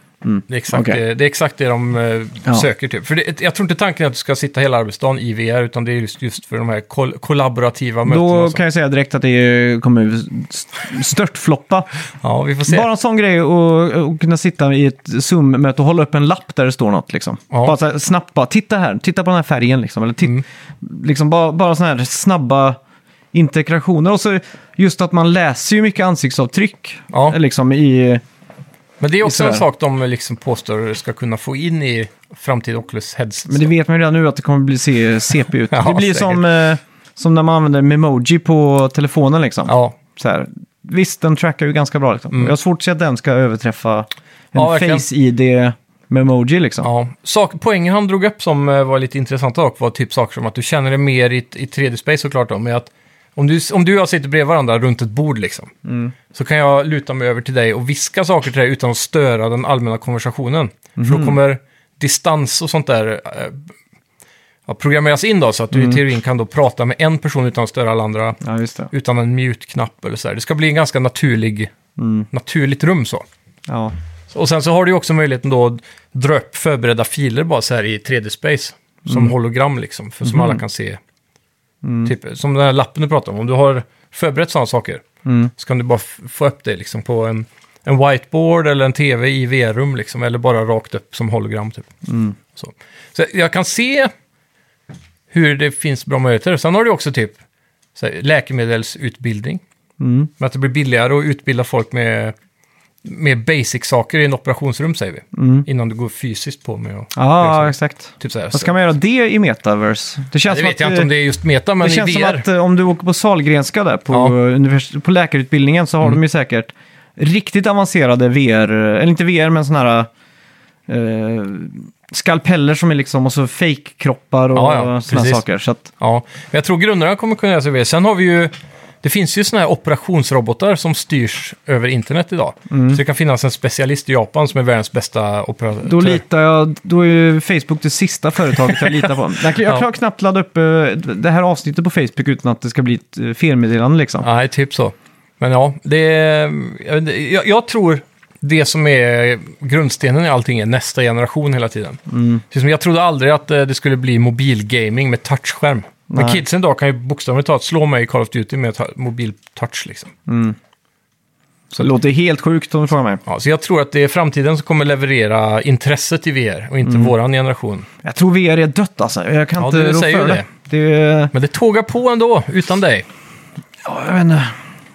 Speaker 2: Det, är exakt
Speaker 1: Mm. Okej.
Speaker 2: det, det är exakt det de eh,
Speaker 1: Ja.
Speaker 2: söker typ. För det, jag tror inte tanken är att du ska sitta hela arbetsdagen i VR, utan det är just, just för de här kol- kollaborativa mötena.
Speaker 1: Då
Speaker 2: och så.
Speaker 1: kan jag säga direkt att det kommer st- störtfloppa.
Speaker 2: Ja, vi får [LAUGHS] se.
Speaker 1: Bara en sån grej att att kunna sitta i ett Zoom-möte och hålla upp en lapp där det står något. Liksom.
Speaker 2: Ja. Mm.
Speaker 1: Bara så här, snabbt bara, titta här, titta på den här färgen. Liksom. Eller titt, liksom, bara, bara såna här snabba interaktioner. Och så just att man läser ju mycket ansiktsavtryck.
Speaker 2: Ja.
Speaker 1: Liksom, i,
Speaker 2: Men det är också
Speaker 1: Isär.
Speaker 2: en sak de liksom påstår ska kunna få in i framtida Oculus headset.
Speaker 1: men det vet man ju redan nu att det kommer bli se CP ut.
Speaker 2: [LAUGHS] Ja,
Speaker 1: det blir
Speaker 2: säkert.
Speaker 1: som, eh, som när man använder Memoji på telefonen. Liksom.
Speaker 2: Ja, Mm.
Speaker 1: Så här, visst, den trackar ju ganska bra. Liksom. Jag har svårt att se att den ska överträffa en
Speaker 2: Ja, verkligen.
Speaker 1: face-id med emoji. Liksom.
Speaker 2: ja. Sak, poängen han drog upp som eh, var lite intressanta dock var typ saker som att du känner dig mer i, i 3D-space såklart då, men att om du, om du och jag sitter bredvid varandra runt ett bord liksom, så kan jag luta mig över till dig och viska saker till dig utan att störa den allmänna konversationen. För då kommer distans och sånt där eh, ja, programmeras in då, så att du i teorin kan då prata med en person utan att störa alla andra,
Speaker 1: Ja, just det.
Speaker 2: utan en mute-knapp eller så där. Det ska bli en ganska naturlig, naturligt rum så.
Speaker 1: Ja.
Speaker 2: Och sen så har du ju också möjligheten då att dra upp förberedda filer bara så här i 3D-space. Som hologram liksom, för som alla kan se. Typ, som den här lappen du pratade om, om du har förberett sådana saker
Speaker 1: Mm.
Speaker 2: så kan du bara f- få upp det liksom på en, en whiteboard eller en tv i VR-rum liksom, eller bara rakt upp som hologram typ. Så. så jag kan se hur det finns bra möjligheter. Sen har du också typ så här, läkemedelsutbildning.
Speaker 1: Mm.
Speaker 2: Men att det blir billigare att utbilda folk med, med basic-saker i en operationsrum, säger vi. Innan du går fysiskt på med och...
Speaker 1: Ja,
Speaker 2: liksom,
Speaker 1: exakt.
Speaker 2: typ så här.
Speaker 1: Mm. Vad ska man göra det i metaverse? Det
Speaker 2: Ja,
Speaker 1: känns
Speaker 2: det
Speaker 1: som
Speaker 2: vet
Speaker 1: att,
Speaker 2: jag inte om det är just meta, men
Speaker 1: det
Speaker 2: i
Speaker 1: känns som
Speaker 2: VR.
Speaker 1: att eh, om du åker på Sahlgrenska där på,
Speaker 2: Ja. Mm.
Speaker 1: univers- på läkarutbildningen så har de ju säkert riktigt avancerade VR, eller inte VR men sådana här eh, skalpeller som är liksom och så fake-kroppar och
Speaker 2: Ja, ja,
Speaker 1: såna sådana
Speaker 2: precis.
Speaker 1: saker. Så att,
Speaker 2: Ja, men jag tror grundarna kommer kunna göra sig VR. Sen har vi ju... Det finns ju sådana här operationsrobotar som styrs över internet idag.
Speaker 1: Mm.
Speaker 2: Så det kan finnas en specialist i Japan som är världens bästa operatör.
Speaker 1: då litar jag, då är ju Facebook det sista företaget jag litar
Speaker 2: [LAUGHS]
Speaker 1: på. Jag, kan- jag
Speaker 2: Ja.
Speaker 1: kan knappt ladda upp eh, det här avsnittet på Facebook utan att det ska bli ett eh, felmeddelande liksom.
Speaker 2: Nej, typ så. Men ja, det är, jag, vet inte, jag, jag tror det som är grundstenen i allting är nästa generation hela tiden.
Speaker 1: Mm.
Speaker 2: Precis som Jag trodde aldrig att eh, det skulle bli mobilgaming med touchskärm. Men
Speaker 1: Nej.
Speaker 2: kidsen idag kan ju bokstavligt talat slå mig i Call of Duty med ta- mobiltouch liksom.
Speaker 1: Så det låter helt sjukt om du frågar mig.
Speaker 2: Ja, så jag tror att det är framtiden som kommer leverera intresset i VR och
Speaker 1: Mm.
Speaker 2: inte våran generation.
Speaker 1: Jag tror VR är dött alltså. Jag kan
Speaker 2: Ja,
Speaker 1: inte
Speaker 2: du
Speaker 1: rå
Speaker 2: säger
Speaker 1: för
Speaker 2: ju
Speaker 1: det. det.
Speaker 2: Men det tågar på ändå, utan dig.
Speaker 1: Ja, jag vet inte.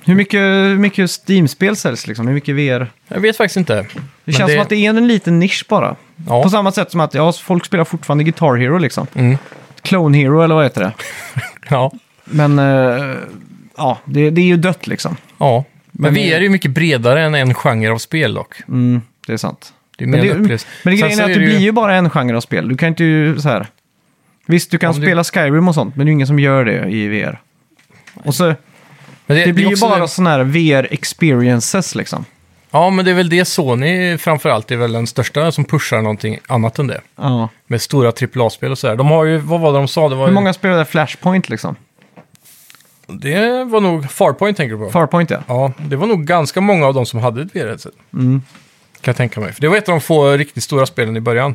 Speaker 1: Hur mycket, hur mycket Steam-spel säljs liksom? Hur mycket VR?
Speaker 2: Jag vet faktiskt inte.
Speaker 1: Det känns som att det är en liten nisch bara.
Speaker 2: Ja.
Speaker 1: På samma sätt som att ja, folk spelar fortfarande Guitar Hero liksom.
Speaker 2: Mm.
Speaker 1: Clone Hero eller vad heter det?
Speaker 2: Ja,
Speaker 1: Men eh, ja, det, det är ju dött liksom.
Speaker 2: ja. Men,
Speaker 1: Men-
Speaker 2: VR är ju mycket bredare än en genre av spel dock.
Speaker 1: Mm, det är sant.
Speaker 2: Det är mer
Speaker 1: Men, det,
Speaker 2: en upplevelse.
Speaker 1: men
Speaker 2: Sen
Speaker 1: grejen
Speaker 2: så
Speaker 1: är att det
Speaker 2: ju-
Speaker 1: blir ju bara en genre av spel. Du kan inte ju så här... Visst, du kan
Speaker 2: men det-
Speaker 1: spela Skyrim och sånt, men det är ingen som gör det i VR. Och så,
Speaker 2: men
Speaker 1: det, blir ju
Speaker 2: också
Speaker 1: bara
Speaker 2: det-
Speaker 1: sådana här VR-experiences liksom.
Speaker 2: Ja, men det är väl det Sony framförallt är väl den största som pushar någonting annat än det.
Speaker 1: Ja.
Speaker 2: Med stora AAA-spel och sådär. De har ju, vad var det de sa? Det var,
Speaker 1: Hur
Speaker 2: ju-
Speaker 1: många spelade Flashpoint liksom?
Speaker 2: det var nog Farpoint tänker du på?
Speaker 1: Farpoint ja.
Speaker 2: Ja, det var nog ganska många av dem som hade ett VR-headset.
Speaker 1: Mm.
Speaker 2: Kan jag tänka mig. För det var ett av de få riktigt stora spelen i början.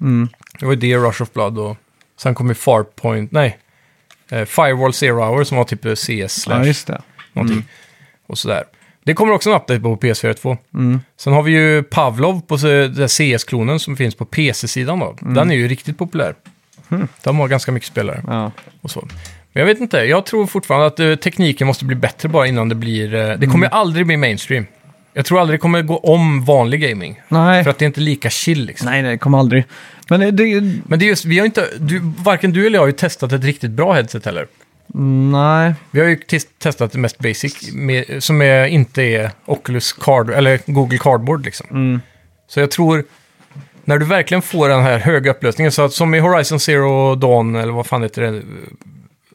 Speaker 1: Mm.
Speaker 2: Det var ju det, Rush of Blood och sen kom ju Farpoint, nej. eh, Firewall Zero Hour som var typ eh, CS
Speaker 1: Ja,
Speaker 2: slash
Speaker 1: just det.
Speaker 2: någonting.
Speaker 1: Mm.
Speaker 2: Och sådär. Det kommer också en update på PS4 2.
Speaker 1: Mm.
Speaker 2: Sen har vi ju Pavlov på så- den CS-klonen som finns på PC-sidan då.
Speaker 1: Mm.
Speaker 2: Den är ju riktigt populär.
Speaker 1: Hm.
Speaker 2: De har ganska mycket spelare
Speaker 1: Ja.
Speaker 2: och så. Men jag vet inte, jag tror fortfarande att eh, tekniken måste bli bättre bara innan det blir... eh, det
Speaker 1: Mm.
Speaker 2: kommer aldrig bli mainstream. Jag tror aldrig det kommer gå om vanlig gaming.
Speaker 1: Nej.
Speaker 2: För att det är inte lika chill liksom.
Speaker 1: nej, nej, det kommer aldrig. Men det, det,
Speaker 2: Men det är just, vi har inte, du, varken du eller jag har ju testat ett riktigt bra headset heller.
Speaker 1: nej.
Speaker 2: Vi har ju tes- testat det mest basic, med, som är, inte är Oculus Card, eller Google Cardboard liksom. Så jag tror, när du verkligen får den här höga upplösningen, så att, som i Horizon Zero Dawn, eller vad fan heter det,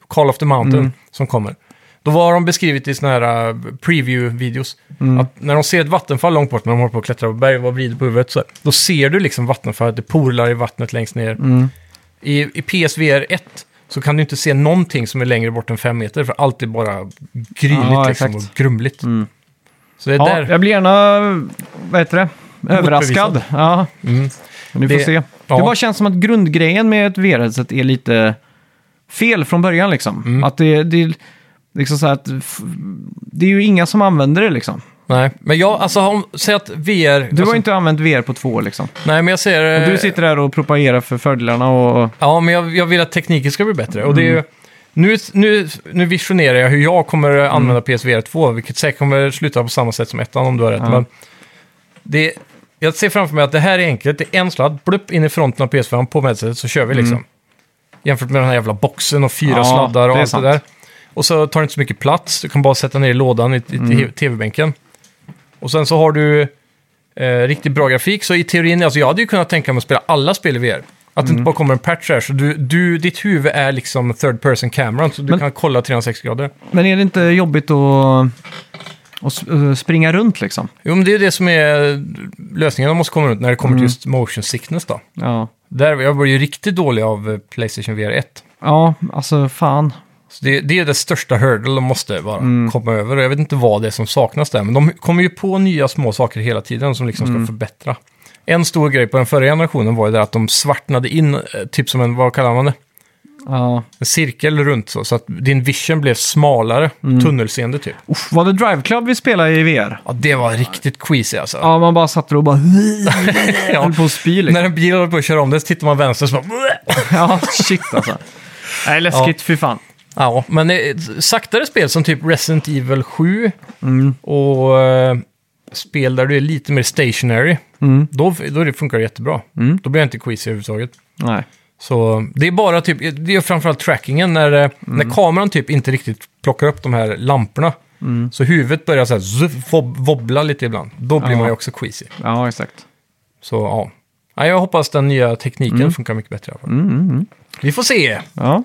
Speaker 2: Call of the Mountain
Speaker 1: Mm.
Speaker 2: som kommer. Då var de beskrivit i såna här eh, preview-videos,
Speaker 1: Mm.
Speaker 2: att när de ser ett vattenfall långt bort, när de håller på att klättra på berg och vad vrider på huvudet, så, då ser du liksom vattenfallet, det porlar i vattnet längst ner.
Speaker 1: Mm.
Speaker 2: I, I PSVR 1 så kan du inte se någonting som är längre bort än 5 meter, för allt är bara gryligt
Speaker 1: Ja,
Speaker 2: liksom, och
Speaker 1: exakt. Mm.
Speaker 2: grumligt. Så det är
Speaker 1: Ja,
Speaker 2: där...
Speaker 1: jag blir gärna, vad heter det, överraskad. Ja. Men vi får
Speaker 2: Det-
Speaker 1: se.
Speaker 2: Mm. ja.
Speaker 1: Det bara känns som att grundgrejen med ett VR-headset är lite fel från början liksom.
Speaker 2: Mm.
Speaker 1: Att det, det, är liksom så här att f- det är ju inga som använder det liksom.
Speaker 2: Nej, men jag, alltså, om, säg att VR...
Speaker 1: Du
Speaker 2: alltså,
Speaker 1: har inte använt VR på två år liksom.
Speaker 2: Nej, men jag säger...
Speaker 1: Och
Speaker 2: eh,
Speaker 1: du sitter där och propagerar för fördelarna och...
Speaker 2: Ja, men jag, jag vill att tekniken ska bli bättre. Och det är
Speaker 1: Mm.
Speaker 2: ju, nu, nu, nu visionerar jag hur jag kommer
Speaker 1: Mm.
Speaker 2: använda PSVR 2, vilket säkert kommer sluta på samma sätt som ettan om du har rätt. Men det, jag ser framför mig att det här är enkelt. Det är en sladd, blupp, in i fronten av PS4, på med headsetet så kör vi liksom. Jämfört med den här jävla boxen och fyra
Speaker 1: Mm. Ja,
Speaker 2: sladdar och
Speaker 1: det är
Speaker 2: allt
Speaker 1: sant.
Speaker 2: det där. Och så tar det inte så mycket plats, du kan bara sätta ner i lådan i, i
Speaker 1: Mm.
Speaker 2: tv-bänken. Och sen så har du eh, riktigt bra grafik. Så i teorin, alltså jag hade ju kunnat tänka mig att spela alla spel i VR. Att
Speaker 1: Mm.
Speaker 2: det inte bara kommer en patch här, så du, du, ditt huvud är liksom third person cameran, så du
Speaker 1: Men-
Speaker 2: kan kolla 360 grader.
Speaker 1: Men är det inte jobbigt att, att s- eh, springa runt liksom?
Speaker 2: Jo, men det är ju det som är lösningen de måste komma runt när det kommer
Speaker 1: Mm.
Speaker 2: till just motion sickness då.
Speaker 1: Ja.
Speaker 2: Där, jag var ju riktigt dålig av eh, Playstation VR 1.
Speaker 1: Ja, alltså fan.
Speaker 2: Så det, det är det största hurdle de måste bara
Speaker 1: Mm.
Speaker 2: komma över. Och jag vet inte vad det är som saknas där, men de kommer ju på nya små saker hela tiden som liksom
Speaker 1: Mm.
Speaker 2: ska förbättra. En stor grej på den förra generationen var ju där att de svartnade in, eh, typ som en, vad kallar man det?
Speaker 1: Ja.
Speaker 2: En cirkel runt så, så att din vision blev smalare,
Speaker 1: Mm.
Speaker 2: tunnelseende typ.
Speaker 1: Uff, var det Drive Club vi spelade i VR?
Speaker 2: Ja, det var riktigt queasy alltså.
Speaker 1: Ja, man bara satt där och [LAUGHS] bara...
Speaker 2: Ja.
Speaker 1: Höll på att spy liksom.
Speaker 2: När en bil håller på att köra om det så tittar man vänster så bara...
Speaker 1: Ja, shit alltså. Nej, läskigt, fy fan.
Speaker 2: Ja, men eh, saktare spel som typ Resident Evil 7 och eh, spel där du är lite mer stationary, då, då det funkar det jättebra. Då blir jag inte queasy överhuvudtaget.
Speaker 1: Nej.
Speaker 2: Så det är bara typ, det är framförallt trackingen när, eh, när kameran typ inte riktigt plockar upp de här lamporna. Så huvudet börjar så här zuff, vob, wobbla lite ibland. Då blir
Speaker 1: Ja.
Speaker 2: man ju också queasy.
Speaker 1: Ja, exakt.
Speaker 2: Så ja. ja, jag hoppas den nya tekniken funkar mycket bättre i alla fall. Vi får se.
Speaker 1: Ja,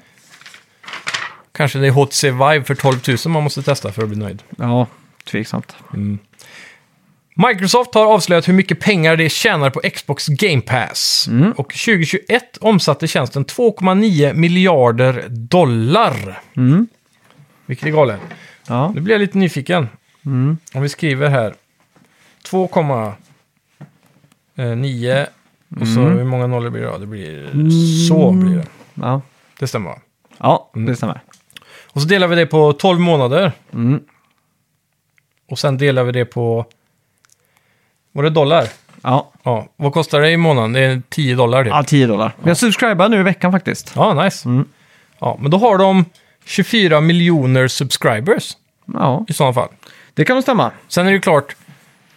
Speaker 2: Kanske det är HTC Vive för 12 000 man måste testa för att bli nöjd.
Speaker 1: ja tveksamt.
Speaker 2: Microsoft har avslöjat hur mycket pengar det tjänar på Xbox Game Pass. Och 2021 omsatte tjänsten 2,9 miljarder dollar. Vilket är galet.
Speaker 1: Ja.
Speaker 2: Nu blir jag lite nyfiken. Om vi skriver här 2,9 och så hur många nollor blir det då? Det blir så blir det.
Speaker 1: Ja.
Speaker 2: Det stämmer va?
Speaker 1: Mm. ja, det stämmer.
Speaker 2: Och så delar vi det på 12 månader. Och sen delar vi det på... Var det dollar?
Speaker 1: Ja,
Speaker 2: Ja. Vad kostar det i månaden? Det är 10 dollar det.
Speaker 1: ja Mm. 10 dollar. Jag subscribar nu i veckan faktiskt.
Speaker 2: Ja, nice. Ja, men då har de 24 miljoner subscribers
Speaker 1: Ja,
Speaker 2: i sådana fall.
Speaker 1: det kan nog stämma.
Speaker 2: Sen är det ju klart,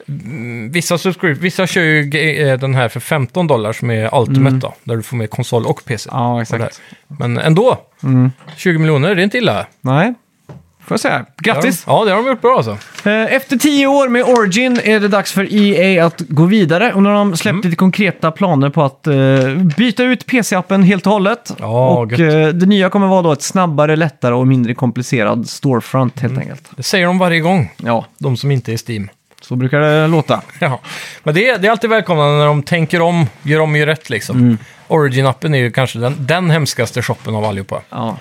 Speaker 2: mm, vissa, subscribe, vissa kör ju ge- eh, den här för 15 dollar som är Ultimate då, där du får med konsol och PC.
Speaker 1: Mm. Ja, Mm.
Speaker 2: Och där. Men ändå, 20 miljoner, det är inte illa.
Speaker 1: Nej. Får jag säga. Grattis!
Speaker 2: Ja, det har de gjort bra alltså.
Speaker 1: Eh, Efter tio år med Origin är det dags för EA att gå vidare. Och nu har de släppt lite konkreta planer på att eh, byta ut PC-appen helt och hållet.
Speaker 2: Ja,
Speaker 1: och
Speaker 2: gött.
Speaker 1: eh, det nya kommer vara då ett snabbare, lättare och mindre komplicerad storefront helt enkelt.
Speaker 2: Det säger de varje gång,
Speaker 1: Mm. Ja,
Speaker 2: de som inte är Steam.
Speaker 1: så brukar det låta.
Speaker 2: [LAUGHS] Ja. Men det är, det är alltid välkomnande när de tänker om, gör om ju rätt liksom. Origin-appen är ju kanske den, den hemskaste shoppen av allihopa.
Speaker 1: Ja.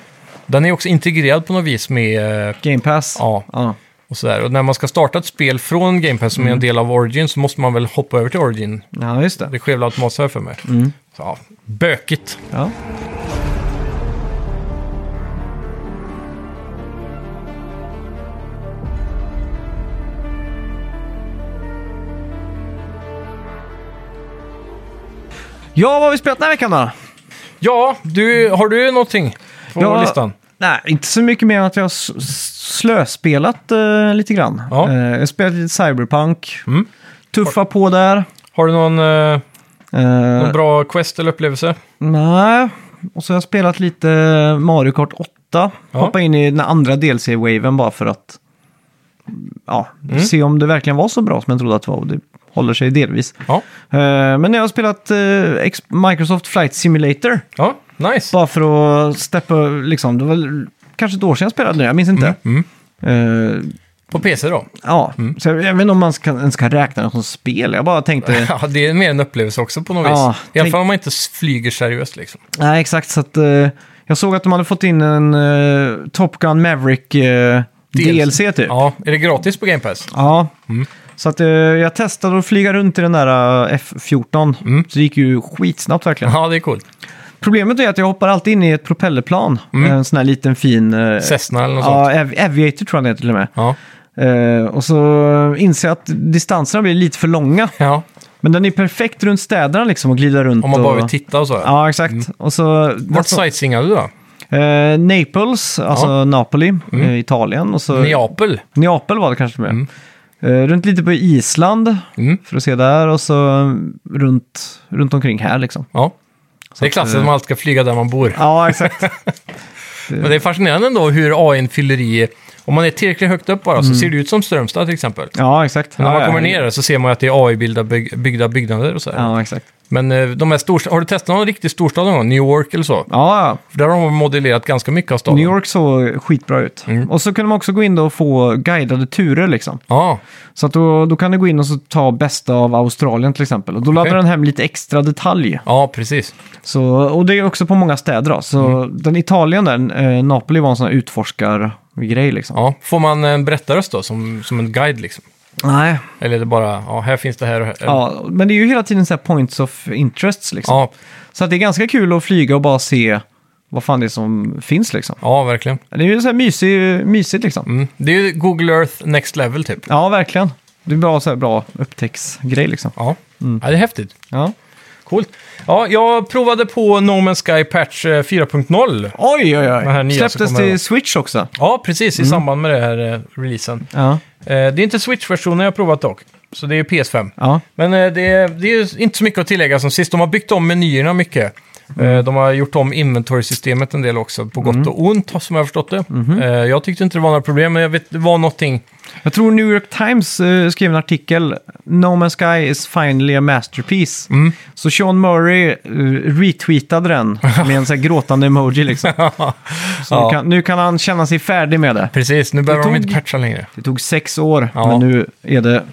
Speaker 2: Den är också integrerad på något vis med eh,
Speaker 1: Game Pass.
Speaker 2: Ja.
Speaker 1: ja.
Speaker 2: och sådär. Och när man ska starta ett spel från Game Pass som är en del av Origin så måste man väl hoppa över till Origin.
Speaker 1: Ja, just det.
Speaker 2: Det sker väl automatiskt här för mig. Så, ja, bökigt.
Speaker 1: Ja. Ja, vad har vi spelat den här veckan då?
Speaker 2: Ja, du, har du någonting på
Speaker 1: Ja,
Speaker 2: listan?
Speaker 1: Nej, inte så mycket mer än att jag har s- s- slöspelat eh, lite grann.
Speaker 2: Ja.
Speaker 1: Eh, jag har spelat lite Cyberpunk.
Speaker 2: Mm.
Speaker 1: Tuffa på där.
Speaker 2: Har du någon, eh,
Speaker 1: Eh,
Speaker 2: någon bra quest eller upplevelse?
Speaker 1: Nej, och så har jag spelat lite Mario Kart 8.
Speaker 2: Ja.
Speaker 1: Hoppa in i den andra DLC-waven bara för att ja,
Speaker 2: Mm.
Speaker 1: se om det verkligen var så bra som jag trodde att det var. Och det håller sig delvis.
Speaker 2: Ja,
Speaker 1: Eh, men jag har spelat eh, Ex- Microsoft Flight Simulator.
Speaker 2: ja nice.
Speaker 1: Bara för att steppa, liksom, det var väl kanske ett år sedan jag spelade nu, jag minns inte.
Speaker 2: Mm.
Speaker 1: Eh,
Speaker 2: På PC då?
Speaker 1: ja, så jag, jag vet inte om man ska, ens kan räkna det som spel. Jag bara
Speaker 2: [LAUGHS]
Speaker 1: tänkte...
Speaker 2: Ja, det är mer en upplevelse också på något
Speaker 1: eh, Ja,
Speaker 2: vis. I alla
Speaker 1: tänk-
Speaker 2: fall om man inte s- flyger seriöst liksom.
Speaker 1: Nej, exakt. Så att, eh, jag såg att de hade fått in en eh, Top Gun Maverick eh, DLC. typ. Ja.
Speaker 2: Ja, Mm. är det gratis på Game Pass?
Speaker 1: Så att, eh, jag testade att flyga runt i den där eh, F14.
Speaker 2: Mm.
Speaker 1: Så det gick ju skitsnabbt verkligen.
Speaker 2: Ja, det är coolt.
Speaker 1: Eh. Problemet är att jag hoppar alltid in i ett propellerplan. Eh, En sån här liten fin... Eh,
Speaker 2: Mm. Cessna eller något sånt.
Speaker 1: Ja, Av- Aviator tror jag den heter till och med.
Speaker 2: Ja,
Speaker 1: Eh, och så inser jag att distanserna blir lite för långa.
Speaker 2: ja.
Speaker 1: Men den är perfekt runt städerna liksom och glida runt.
Speaker 2: om man bara
Speaker 1: och...
Speaker 2: vill titta och så.
Speaker 1: Ja, exakt. Och så,
Speaker 2: Vart sightseeingade du då?
Speaker 1: Eh, Naples, alltså
Speaker 2: Ja. Mm.
Speaker 1: Napoli, eh, Italien. Och så
Speaker 2: Neapel?
Speaker 1: Neapel var det kanske med. Eh, runt lite på Island,
Speaker 2: Mm.
Speaker 1: för att se där. Och så mm, runt, runt omkring här liksom.
Speaker 2: Ja. det är
Speaker 1: att,
Speaker 2: klassiskt
Speaker 1: eh,
Speaker 2: att man alltid ska flyga där man bor.
Speaker 1: Ja, exakt.
Speaker 2: Men det är fascinerande ändå hur AI fyller i... Om man är tillräckligt högt upp bara så ser det ut som Strömstad till exempel.
Speaker 1: [LAUGHS] ja, exakt.
Speaker 2: Men när
Speaker 1: Mm. ja,
Speaker 2: man
Speaker 1: ja.
Speaker 2: kommer ner så ser man ju att det är AI-byggda byg- byggda byggnader och så här.
Speaker 1: Ja, exakt.
Speaker 2: Men eh, de här storst- har du testat någon riktig storstad någon gång? New York eller så?
Speaker 1: Ja, ja.
Speaker 2: För där har de modellerat ganska mycket av staden.
Speaker 1: New York såg skitbra ut.
Speaker 2: Mm.
Speaker 1: Och så kunde man också gå in då och få guidade turer liksom.
Speaker 2: Ja,
Speaker 1: Så att då, då kan du gå in och så ta bästa av Australien till exempel. Och då laddar
Speaker 2: Okej.
Speaker 1: den hem lite extra detalj.
Speaker 2: ja precis.
Speaker 1: Så, och det är också på många städer. Då. Så den Italien där, eh, Napoli var en sån här utforskargrej liksom.
Speaker 2: Ja. Får man en berättarröst då som, som en guide liksom?
Speaker 1: Nej,
Speaker 2: Eller är det bara, ja här finns det här och här?
Speaker 1: ja, men det är ju hela tiden så här points of interests liksom.
Speaker 2: ja,
Speaker 1: Så att det är ganska kul att flyga och bara se vad fan det är som finns liksom.
Speaker 2: ja verkligen.
Speaker 1: Det är ju så här mysig, mysigt liksom.
Speaker 2: Mm. Det är ju Google Earth Next Level typ.
Speaker 1: Ja, verkligen. Det är bra, så här, bra upptäcktsgrej liksom.
Speaker 2: Ja. ja, det är häftigt.
Speaker 1: Ja.
Speaker 2: Coolt. Ja, jag provade på No Man's Sky Patch eh, 4.0.
Speaker 1: Oj, oj, oj.
Speaker 2: Den här nya som
Speaker 1: Släpptes
Speaker 2: kommer
Speaker 1: till
Speaker 2: då.
Speaker 1: Switch också.
Speaker 2: Ja, precis, i samband med den här eh, releasen.
Speaker 1: Ja,
Speaker 2: Eh, det är inte Switch-versionen jag har provat dock, så det är PS5.
Speaker 1: ja.
Speaker 2: Men eh, det, är- det är ju inte så mycket att tillägga som sist. De har byggt om menyerna mycket. Eh, De har gjort om inventory-systemet en del också, på gott och ont, som jag har förstått det. Eh, Jag tyckte inte det var några problem, men jag vet, det var någonting...
Speaker 1: Jag tror New York Times eh, skrev en artikel, No Man's Sky is finally a masterpiece. Så Sean Murray eh, retweetade den med en sån här gråtande emoji [LAUGHS] liksom. Så
Speaker 2: Ja.
Speaker 1: nu, kan, nu kan han känna sig färdig med det.
Speaker 2: Precis, nu behöver
Speaker 1: Det
Speaker 2: de
Speaker 1: tog-
Speaker 2: inte patcha längre.
Speaker 1: Det tog sex år,
Speaker 2: Ja.
Speaker 1: men nu är det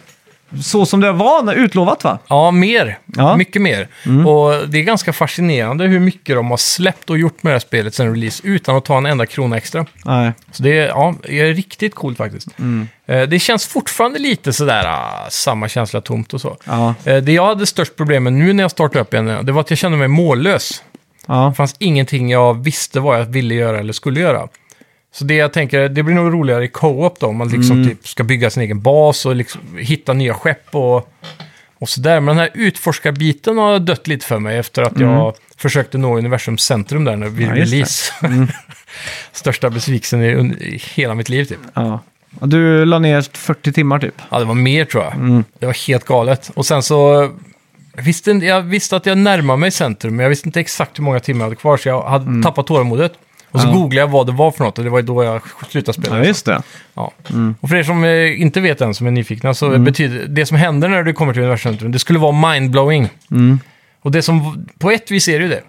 Speaker 1: så som det var när- utlovat va?
Speaker 2: Ja, Mm. mer.
Speaker 1: Ja.
Speaker 2: Mycket mer. Och det är ganska fascinerande hur mycket de har släppt och gjort med det här spelet sen release utan att ta en enda krona extra.
Speaker 1: Nej.
Speaker 2: Så det är, ja, det är riktigt coolt faktiskt. Eh, Det känns fortfarande lite sådär, ah, samma känsla tomt och så.
Speaker 1: Ja.
Speaker 2: Eh, Det jag hade störst problem med nu när jag startade upp igen, det var att jag kände mig mållös.
Speaker 1: Ja.
Speaker 2: Det fanns ingenting jag visste vad jag ville göra eller skulle göra. Så det jag tänker, det blir nog roligare i co-op då, om man liksom
Speaker 1: Mm.
Speaker 2: typ ska bygga sin egen bas och liksom hitta nya skepp och, och sådär. Men den här utforskarbiten har dött lite för mig efter att jag försökte nå universums centrum där nu vid
Speaker 1: Mm. Ja, just det. Mm.
Speaker 2: release. [LAUGHS] Största besvikelsen i, un- i hela mitt liv typ.
Speaker 1: Ja. Och Du la ner 40 timmar typ.
Speaker 2: Ja, det var mer tror jag.
Speaker 1: Mm.
Speaker 2: Det var helt galet. Och sen så... Jag visste, inte- jag visste att jag närmade mig centrum, men jag visste inte exakt hur många timmar jag hade kvar, så jag hade tappat tålamodet. Och så
Speaker 1: Mm. Ja.
Speaker 2: googlade jag vad det var för något och det var ju då jag slutade spela.
Speaker 1: Ja, just det.
Speaker 2: Ja.
Speaker 1: Mm.
Speaker 2: Och för er som eh, inte vet än, som är nyfikna, så betyder det som händer när du kommer till universumcentrum, det skulle vara mindblowing.
Speaker 1: Mm.
Speaker 2: Och det som, på ett vis är det ju det.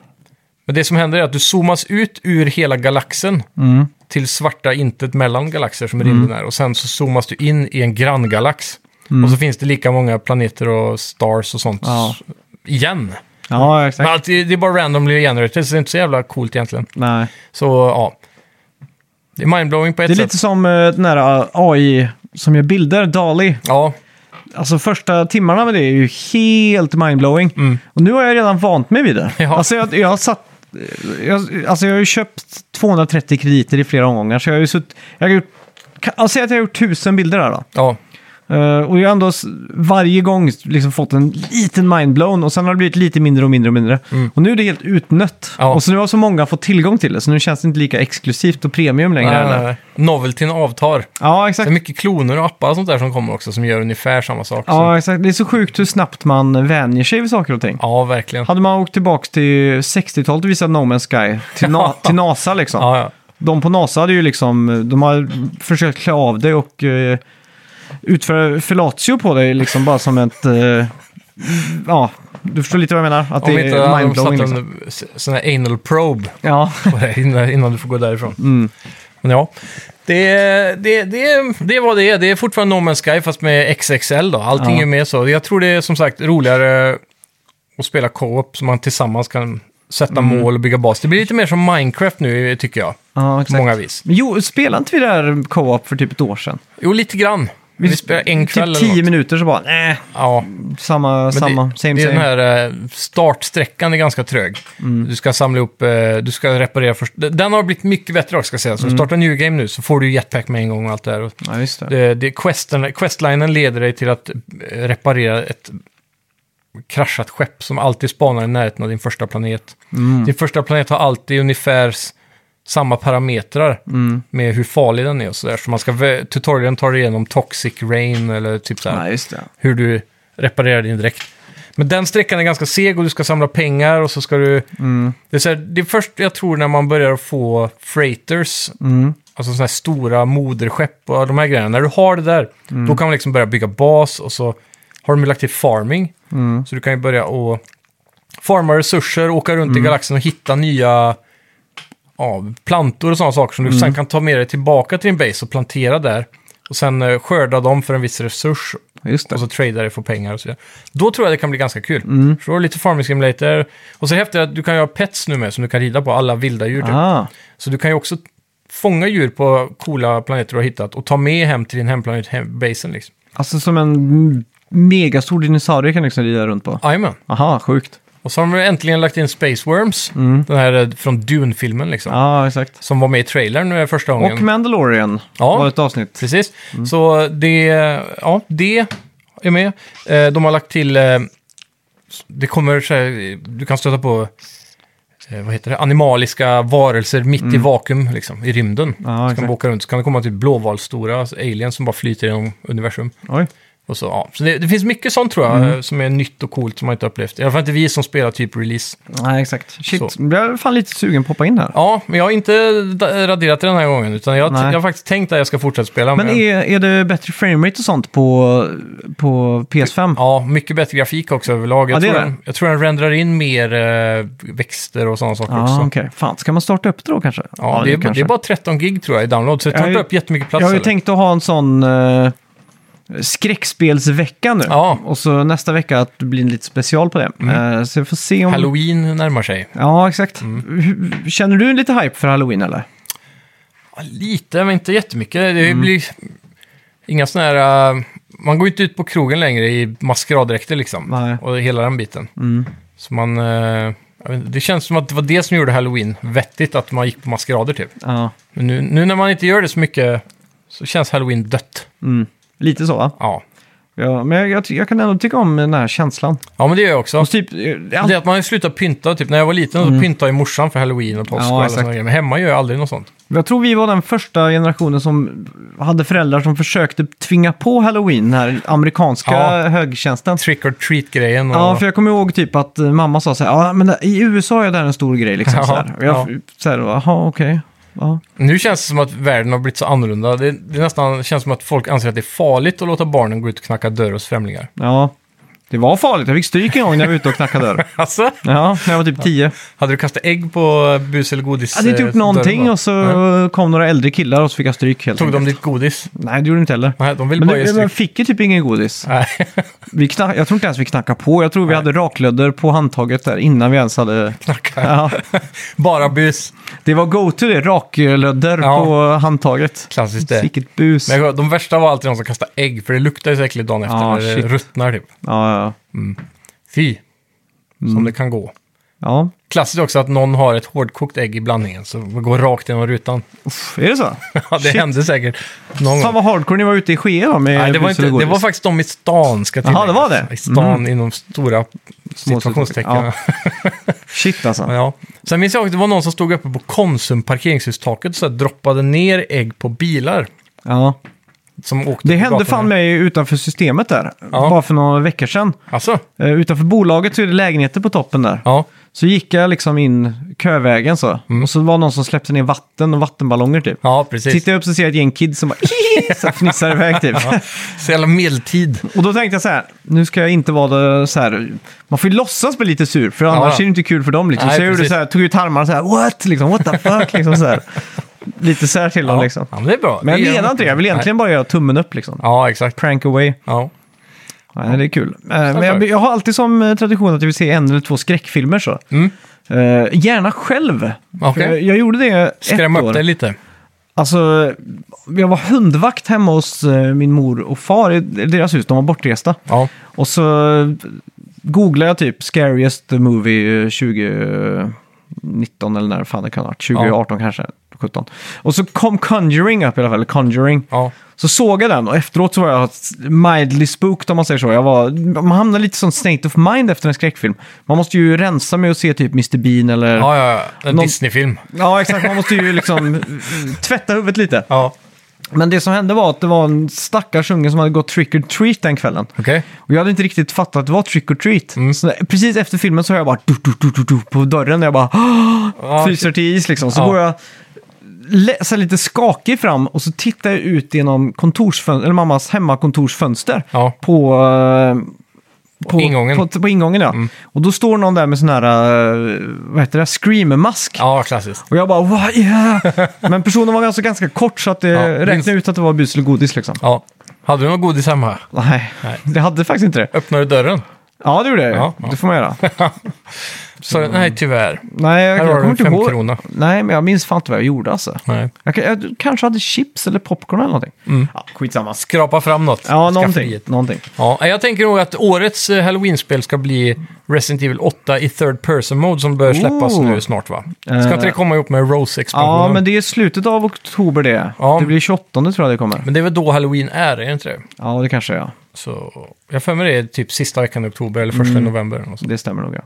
Speaker 2: Men det som händer är att du zoomas ut ur hela galaxen
Speaker 1: Mm.
Speaker 2: till svarta intet mellan galaxer som är rymden är. Och sen så zoomas du in i en granngalax. Och så finns det lika många planeter och stars och sånt
Speaker 1: Mm. Ja.
Speaker 2: igen.
Speaker 1: Ja,
Speaker 2: Men
Speaker 1: exakt.
Speaker 2: allt, det är bara randomly generated, så det är inte så jävla coolt egentligen.
Speaker 1: Nej.
Speaker 2: Så ja, det är mindblowing på ett
Speaker 1: Det är
Speaker 2: sätt.
Speaker 1: lite som eh, den här AI som gör bilder, Dali.
Speaker 2: Ja,
Speaker 1: Alltså första timmarna med det är ju helt mindblowing. Och nu har jag redan vant mig vid det.
Speaker 2: Mm. Ja.
Speaker 1: Alltså jag, jag har satt... Jag, alltså jag har ju köpt 230 krediter i flera omgångar. Så jag har ju sutt, jag har gjort, kan, jag säger att jag har gjort tusen bilder där då.
Speaker 2: ja.
Speaker 1: Eh, och jag har ändå s- varje gång liksom fått en liten mindblown och sen har det blivit lite mindre och mindre och mindre. Och nu är det helt utnött.
Speaker 2: Mm. Ja.
Speaker 1: Och så nu har så många fått tillgång till det så nu känns det inte lika exklusivt och premium längre.
Speaker 2: Nej,
Speaker 1: eller?
Speaker 2: nej, nej. Noveltyn avtar.
Speaker 1: Ja,
Speaker 2: Det är
Speaker 1: exakt.
Speaker 2: mycket kloner och appar och sånt där som kommer också som gör ungefär samma sak. Så-
Speaker 1: Ja, exakt. Det är så sjukt hur snabbt man vänjer sig vid saker och ting.
Speaker 2: ja verkligen.
Speaker 1: Hade man åkt tillbaka till 60-talet och visat No Man's Sky
Speaker 2: [LAUGHS]
Speaker 1: till, na- till NASA liksom.
Speaker 2: Ja, ja.
Speaker 1: De på NASA hade ju liksom, de har försökt klä av dig och eh, utföra fellatio på dig liksom bara som ett, eh, ja, du förstår lite vad jag menar? Att
Speaker 2: Om
Speaker 1: det
Speaker 2: inte hade
Speaker 1: är
Speaker 2: de satt
Speaker 1: mindblowing
Speaker 2: en
Speaker 1: liksom.
Speaker 2: s- sån här anal probe [LAUGHS]
Speaker 1: Ja,
Speaker 2: på dig innan, innan du får gå därifrån.
Speaker 1: Mm.
Speaker 2: Men ja, det, det, det, det var det. är. Det är fortfarande No Man's Sky fast med XXL då. Allting
Speaker 1: Ja.
Speaker 2: är med så. Jag tror det är som sagt roligare att spela co-op så man tillsammans kan sätta
Speaker 1: Mm.
Speaker 2: mål och bygga bas. Det blir lite mer som Minecraft nu tycker jag.
Speaker 1: ja
Speaker 2: På
Speaker 1: exakt.
Speaker 2: många vis.
Speaker 1: Men Jo, spelade inte vi det här co-op för typ ett år sedan?
Speaker 2: Jo, lite grann. Vi, spelar en kväll
Speaker 1: Typ tio
Speaker 2: eller något.
Speaker 1: minuter så bara, nej,
Speaker 2: Ja.
Speaker 1: samma,
Speaker 2: Men
Speaker 1: samma,
Speaker 2: det,
Speaker 1: same
Speaker 2: det är
Speaker 1: same. Mm.
Speaker 2: den här eh, startsträckan är ganska trög. Du ska samla upp, eh, du ska reparera först. Den den har blivit mycket bättre också, ska jag säga. Så starta New Game nu så får du jetpack med en gång och allt det här. Och
Speaker 1: Mm. Ja, just det.
Speaker 2: Det, det, questen, questlinen leder dig till att eh, reparera ett kraschat skepp som alltid spanar i närheten av din första planet.
Speaker 1: Mm.
Speaker 2: Din första planet har alltid ungefär s- samma parametrar
Speaker 1: Mm.
Speaker 2: med hur farlig den är och sådär. Så man ska, vä- tutorialen tar dig igenom toxic rain eller typ så här
Speaker 1: Ja, just det.
Speaker 2: hur du reparerar din dräkt. Men den sträckan är ganska seg och du ska samla pengar och så ska du... Det, är så här, det är först jag tror när man börjar få freighters, alltså sådana här stora moderskepp och de här grejerna. När du har det där, då kan man liksom börja bygga bas och så har de ju lagt till farming. Så du kan ju börja och farma resurser, åka runt i galaxen och hitta nya ja, plantor och sådana saker som du sen kan ta med dig tillbaka till din base och plantera där. Och sen eh, skörda dem för en viss resurs
Speaker 1: Just det.
Speaker 2: och så tradar det för pengar och så vidare. Då tror jag det kan bli ganska kul.
Speaker 1: Mm.
Speaker 2: Så då har du lite farming simulator. Och så är det häftigt att du kan ju ha pets nu med som du kan rida på, alla vilda djur. typ.
Speaker 1: Ah,
Speaker 2: Så du kan ju också fånga djur på coola planeter du har hittat och ta med hem till din hemplanet, hem, basen liksom.
Speaker 1: alltså som en m- megastor dinosaurie kan liksom rida runt på.
Speaker 2: Jajamän.
Speaker 1: Aha, sjukt.
Speaker 2: Och så har de äntligen lagt in Space Worms, den här eh, från Dune-filmen liksom.
Speaker 1: Mm. Ja, ah, exakt.
Speaker 2: Som var med i trailern nu första gången.
Speaker 1: Och Mandalorian
Speaker 2: Ja.
Speaker 1: var ett avsnitt.
Speaker 2: Precis.
Speaker 1: Mm.
Speaker 2: Så det, ja, det är med. Eh, De har lagt till, eh, det kommer så här, du kan stöta på, eh, vad heter det, animaliska varelser mitt i vakuum, liksom, i rymden.
Speaker 1: Mm. Ja,
Speaker 2: så kan
Speaker 1: exakt.
Speaker 2: man åka runt, så kan det komma typ blåvalstora alltså aliens som bara flyter genom universum.
Speaker 1: Oj.
Speaker 2: Och så, ja. så det, det finns mycket sånt tror jag,
Speaker 1: Mm.
Speaker 2: eh, som är nytt och coolt som man inte upplevt. I alla fall inte vi som spelar typ release.
Speaker 1: Nej, exakt. Shit,
Speaker 2: Så.
Speaker 1: jag är fan lite sugen på att hoppa in här.
Speaker 2: Ja, men jag har inte da- raderat det den här gången, utan jag,
Speaker 1: Nej.
Speaker 2: jag har faktiskt tänkt att jag ska fortsätta spela.
Speaker 1: Men är, är det bättre framerate och sånt på, på PS5?
Speaker 2: Ja, mycket bättre grafik också överlag. Jag,
Speaker 1: Ja, det är
Speaker 2: tror,
Speaker 1: det.
Speaker 2: den, jag tror den renderar in mer eh, växter och sådana saker
Speaker 1: ah,
Speaker 2: också.
Speaker 1: okej. Fan, ska man starta upp det då kanske?
Speaker 2: Ja, det, är, det är bara 13 gig tror jag i download, så det
Speaker 1: Jag
Speaker 2: tar
Speaker 1: har
Speaker 2: inte
Speaker 1: ju-
Speaker 2: upp jättemycket plats.
Speaker 1: Jag har ju
Speaker 2: heller.
Speaker 1: tänkt att ha en sån eh, skräckspelsvecka nu.
Speaker 2: Ja. Mm.
Speaker 1: Och så nästa vecka att det blir en lite special på det. Eh, så jag får se om...
Speaker 2: Halloween Mm. närmar sig.
Speaker 1: Ja, exakt. Hur- Känner du lite hype för halloween eller?
Speaker 2: Ja, lite, men inte jättemycket. Det
Speaker 1: Mm.
Speaker 2: blir inga sådana här... eh, man går ju inte ut på krogen längre i maskeraddräkter liksom.
Speaker 1: Nej. Mm.
Speaker 2: Och hela den biten. Så man... eh, Jag vet inte, Det känns som att det var det som gjorde Halloween vettigt, att man gick på maskerader typ.
Speaker 1: Ja.
Speaker 2: Men nu, nu när man inte gör det så mycket så känns Halloween dött.
Speaker 1: Mm. Lite så va?
Speaker 2: Ja,
Speaker 1: Ja, men jag, jag, ty- jag kan ändå tycka om den här känslan.
Speaker 2: ja men det gör jag också.
Speaker 1: Och typ, eh,
Speaker 2: Det är att man har slutat pynta, typ när jag var liten så pyntade ju morsan för halloween och påsk
Speaker 1: Mm. Ja,
Speaker 2: och alla
Speaker 1: exakt.
Speaker 2: såna grejer. Men hemma gör jag aldrig något sånt.
Speaker 1: Jag tror vi var den första generationen som hade föräldrar som försökte tvinga på halloween, den här amerikanska
Speaker 2: Ja.
Speaker 1: högtjänsten.
Speaker 2: Trick or treat-grejen och...
Speaker 1: Ja, för jag kommer ihåg typ att eh, mamma sa så här, ja men det- i USA är det här en stor grej liksom.
Speaker 2: Ja,
Speaker 1: så här. Och jag
Speaker 2: ja.
Speaker 1: så här, jaha okej. Ja.
Speaker 2: Nu känns det som att världen har blivit så annorlunda. Det, det nästan känns som att folk anser att det är farligt att låta barnen gå ut och knacka dörr hos främlingar.
Speaker 1: [LAUGHS] ja, det var farligt. Jag fick stryk en gång när jag var ute och knackade dörr.
Speaker 2: Alltså?
Speaker 1: [LAUGHS] Ja, när jag var typ tio.
Speaker 2: Hade du kastat ägg på bus eller godis?
Speaker 1: Jag hade inte gjort
Speaker 2: eh, dörren
Speaker 1: typ någonting
Speaker 2: då?
Speaker 1: och så
Speaker 2: Nej.
Speaker 1: kom några äldre killar och så fick jag stryk helt
Speaker 2: Tog de
Speaker 1: enkelt.
Speaker 2: ditt godis?
Speaker 1: Nej, det gjorde de inte heller.
Speaker 2: Nej, de vill
Speaker 1: Men
Speaker 2: bara ge
Speaker 1: det, jag
Speaker 2: stryk.
Speaker 1: fick ju typ ingen godis.
Speaker 2: [LAUGHS] Nej.
Speaker 1: Vi knack, jag tror inte ens vi knackade på. Jag tror vi hade raklödder på handtaget där innan vi ens hade...
Speaker 2: Knacka.
Speaker 1: Ja,
Speaker 2: Bara bus.
Speaker 1: det var go-to det, raklödder
Speaker 2: Ja.
Speaker 1: på handtaget.
Speaker 2: Klassiskt det.
Speaker 1: Vilket bus.
Speaker 2: Men jag, kommer ihåg, de värsta var alltid de som kastade ägg, för det luktar ju så äckligt dagen efter
Speaker 1: Ja,
Speaker 2: när
Speaker 1: shit.
Speaker 2: det ruttnar typ.
Speaker 1: Ja, ja.
Speaker 2: Fy,
Speaker 1: Mm.
Speaker 2: som det kan gå.
Speaker 1: ja.
Speaker 2: Klassiskt också att någon har ett hårdkokt ägg i blandningen, så det går rakt genom rutan. [LAUGHS]
Speaker 1: Uff, är det så?
Speaker 2: Ja, det
Speaker 1: Shit.
Speaker 2: hände säkert någon
Speaker 1: Fan
Speaker 2: gång.
Speaker 1: vad hardcore ni var ute i Skee då med
Speaker 2: Nej, det, var
Speaker 1: bus
Speaker 2: inte,
Speaker 1: och
Speaker 2: det var
Speaker 1: godis.
Speaker 2: faktiskt de i stan, ska
Speaker 1: Jaha, det var
Speaker 2: tilläggas.
Speaker 1: det? Mm.
Speaker 2: I stan inom stora situationstecken.
Speaker 1: Ja.
Speaker 2: Ja.
Speaker 1: Shit alltså.
Speaker 2: [LAUGHS] Ja. Sen minns jag också, det var någon som stod uppe på Konsum parkeringshustaket och så här, droppade ner ägg på bilar.
Speaker 1: Ja.
Speaker 2: Som åkte
Speaker 1: Det
Speaker 2: på
Speaker 1: hände
Speaker 2: gatorna.
Speaker 1: fan mig utanför systemet där. Bara för några veckor sedan.
Speaker 2: Alltså?
Speaker 1: Eh, utanför bolaget så är det lägenheter på toppen där.
Speaker 2: Ja.
Speaker 1: Så gick jag liksom in kövägen så.
Speaker 2: Mm.
Speaker 1: Och så var det någon som släppte ner vatten och vattenballonger typ.
Speaker 2: ja, precis.
Speaker 1: Tittar jag upp så ser jag ett gäng kids som bara så här fnissar iväg typ.
Speaker 2: Så jävla medeltid.
Speaker 1: Och då tänkte jag så här, nu ska jag inte vara det så här, man får ju låtsas bli lite sur för annars
Speaker 2: ja.
Speaker 1: är det inte kul för dem liksom.
Speaker 2: Nej,
Speaker 1: så jag gjorde
Speaker 2: precis.
Speaker 1: så här, tog ut armarna så här, what? Liksom, what the fuck? Liksom så här. Lite så här till dem
Speaker 2: Ja.
Speaker 1: liksom.
Speaker 2: ja, men det är bra.
Speaker 1: Men
Speaker 2: Det
Speaker 1: jag
Speaker 2: är-
Speaker 1: menar inte det, jag vill egentligen bara göra tummen upp liksom.
Speaker 2: Nej. Ja, exakt.
Speaker 1: Prank away.
Speaker 2: Ja.
Speaker 1: Nej, det är kul. Eh, Men jag, jag har alltid som eh, tradition att jag vill se en eller två skräckfilmer så.
Speaker 2: Mm.
Speaker 1: Eh, gärna själv.
Speaker 2: Okej.
Speaker 1: Jag, jag gjorde det
Speaker 2: Skrämma
Speaker 1: ett år.
Speaker 2: upp dig lite.
Speaker 1: Alltså, jag var hundvakt hemma hos eh, min mor och far i deras hus. De var bortresta.
Speaker 2: Ja.
Speaker 1: Och så googlade jag typ scariest movie eh, 2019 eller när fan det kan ha varit. 2018 kanske, 17. Och så kom Conjuring upp i alla fall, eller Conjuring.
Speaker 2: Ja.
Speaker 1: Så såg jag den och efteråt så var jag mildly spooked om man säger så. Jag var, man hamnar lite som state of mind efter en skräckfilm. Man måste ju rensa med att se typ Mr. Bean eller...
Speaker 2: Ja, ja, ja. En
Speaker 1: Någon-
Speaker 2: Disney-film.
Speaker 1: Ja, exakt. Man måste ju liksom eh, tvätta huvudet lite.
Speaker 2: Ja.
Speaker 1: Men det som hände var att det var en stackars unge som hade gått trick or treat den kvällen.
Speaker 2: Okej.
Speaker 1: Och jag hade inte riktigt fattat att det var trick or treat.
Speaker 2: Mm.
Speaker 1: Så när- precis efter filmen så hör jag bara du, du, du, du, du, på dörren och jag bara "Åh!"
Speaker 2: Ja,
Speaker 1: fryser till is liksom. Så
Speaker 2: Ja.
Speaker 1: går jag lä- så här lite skakig fram och så tittar jag ut genom kontorsfön- eller mammas hemmakontorsfönster
Speaker 2: Ja.
Speaker 1: på, eh, på,
Speaker 2: ingången. Mm.
Speaker 1: På, på ingången ja. Och då står någon där med sån här, eh, vad heter det, screamer-mask.
Speaker 2: Ja, klassiskt.
Speaker 1: Och jag bara wow, yeah! [LAUGHS] Men personen var alltså ganska kort så att det
Speaker 2: Ja, minst.
Speaker 1: räknade ut att det var bus eller godis liksom.
Speaker 2: Ja. Hade du någon godis hemma?
Speaker 1: Nej,
Speaker 2: Nej.
Speaker 1: det hade faktiskt inte det.
Speaker 2: Öppnade du dörren?
Speaker 1: Ja, det gjorde jag ju.
Speaker 2: Ja, ja.
Speaker 1: Det får man
Speaker 2: [LAUGHS]
Speaker 1: göra.
Speaker 2: Så,
Speaker 1: Mm.
Speaker 2: nej, tyvärr.
Speaker 1: Nej, jag, jag
Speaker 2: Här har du
Speaker 1: kommer
Speaker 2: en
Speaker 1: inte ihåg.
Speaker 2: femkrona.
Speaker 1: Nej, men jag minns fan inte vad jag gjorde alltså.
Speaker 2: Nej.
Speaker 1: Jag, kan- jag kanske hade chips eller popcorn eller någonting. Ja, skitsamma.
Speaker 2: Skrapa fram något.
Speaker 1: Ja,
Speaker 2: i
Speaker 1: någonting.
Speaker 2: skafferiet.
Speaker 1: någonting.
Speaker 2: Ja, nej, jag tänker nog att årets eh, Halloween-spel ska bli Resident Evil 8 i third person mode som bör släppas
Speaker 1: Ooh.
Speaker 2: nu snart va? Ska
Speaker 1: Eh.
Speaker 2: inte det komma ihop med Rose-expansionen?
Speaker 1: Ja, men det är slutet av oktober det.
Speaker 2: Ja.
Speaker 1: Det blir 28 tror jag det kommer.
Speaker 2: Men det är väl då Halloween är, är det inte det?
Speaker 1: Ja, det kanske är.
Speaker 2: Så jag har för mig det är typ sista veckan i oktober eller
Speaker 1: Mm.
Speaker 2: första november. eller något sånt.
Speaker 1: Det stämmer nog ja.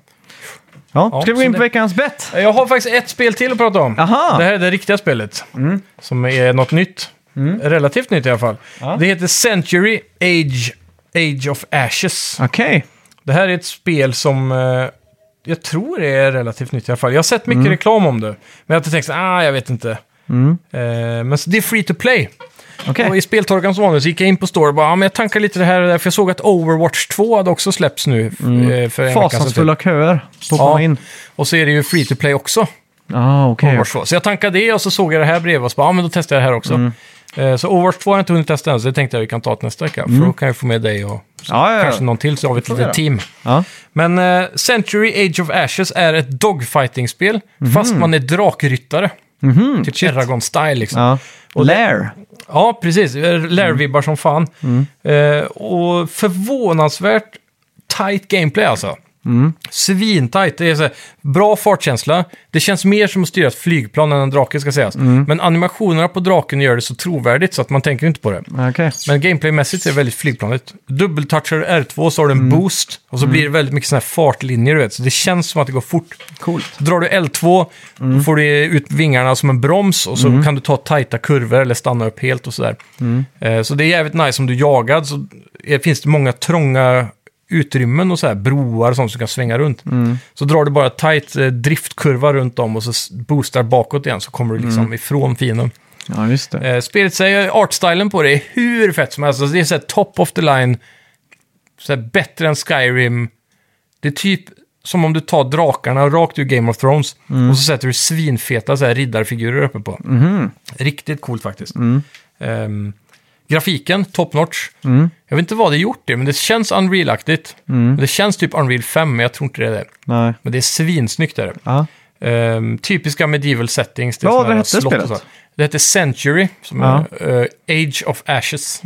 Speaker 1: Ja,
Speaker 2: Ja,
Speaker 1: ska vi gå in
Speaker 2: så
Speaker 1: på
Speaker 2: det-
Speaker 1: veckans bett?
Speaker 2: Jag har faktiskt ett spel till att prata om.
Speaker 1: Aha! Mm.
Speaker 2: Det här är det riktiga spelet. Som är något nytt. Relativt nytt i alla fall. Det heter Century Age, Age of Ashes.
Speaker 1: Okej.
Speaker 2: Det här är ett spel som eh, jag tror är relativt nytt i alla fall. Jag har sett
Speaker 1: Mm.
Speaker 2: mycket reklam om det. Men jag har inte tänkt så här, ah, jag vet inte. Eh, men så det är free to play.
Speaker 1: Okej.
Speaker 2: Och i speltorkan som vanligt så gick jag in på Store och bara, ah, men jag tankar lite det här och det där, för jag såg att Overwatch 2 hade också släppts nu. f- eh, För en vecka sedan. typ.
Speaker 1: Mm. Fasansfulla köer på att komma in.
Speaker 2: Och så är det ju free to play också.
Speaker 1: Ah, okej.
Speaker 2: Overwatch 2. Så jag tankade det och så såg jag det här bredvid och så bara, ja men då testar jag det här också. Eh, Så Overwatch 2 har jag inte hunnit testa än, så det tänkte jag vi kan ta till nästa vecka. För då kan jag få med dig och
Speaker 1: Ja, ja, ja.
Speaker 2: kanske någon till, så har vi ett
Speaker 1: vi
Speaker 2: litet team.
Speaker 1: Ja.
Speaker 2: Men eh, Century Age of Ashes är ett dogfighting-spel, fast man är drakryttare. Typ Eragon-style liksom.
Speaker 1: ja. Lair.
Speaker 2: Ja, precis. Lärvibbar som fan. Eh, och förvånansvärt tight gameplay alltså. Svintajt. Det är så här, bra fartkänsla. Det känns mer som att styra ett flygplan än en drake ska sägas. Men animationerna på draken gör det så trovärdigt så att man tänker inte på det.
Speaker 1: Okej.
Speaker 2: Men gameplaymässigt ser det väldigt flygplanet. Dubbeltouchar R2 så har du en boost och så blir det väldigt mycket sådana här fartlinjer du vet. Så det känns som att det går fort.
Speaker 1: Coolt.
Speaker 2: Drar du L2 då får du ut vingarna som en broms och så kan du ta tajta kurvor eller stanna upp helt och sådär. Eh, Så det är jävligt nice om du är jagad så är- finns det många trånga utrymmen och så här broar och sånt som kan svänga runt. Så drar du bara tajt eh, driftkurva runt om och så s- boostar bakåt igen så kommer du liksom ifrån fienden.
Speaker 1: Ja, just det.
Speaker 2: Eh, spelet säger, artstylen på det är hur fett som helst. Alltså, det är så här top of the line, så här bättre än Skyrim. Det är typ som om du tar drakarna rakt ur Game of Thrones och så sätter du svinfeta så här riddarfigurer uppe på. Riktigt coolt faktiskt. Ehm, grafiken, top notch. Jag vet inte vad det gjort det, men det känns Unreal-aktigt. Men Det känns typ Unreal 5, men jag tror inte det är det.
Speaker 1: Nej.
Speaker 2: Men det är svinsnyggt är det.
Speaker 1: Ja.
Speaker 2: Ehm, typiska medieval settings. Det är
Speaker 1: Ja,
Speaker 2: såna
Speaker 1: vad
Speaker 2: här
Speaker 1: hette
Speaker 2: slott och
Speaker 1: spelet?
Speaker 2: så. Det hette Century, som
Speaker 1: Ja. Mm.
Speaker 2: är eh, Age of Ashes.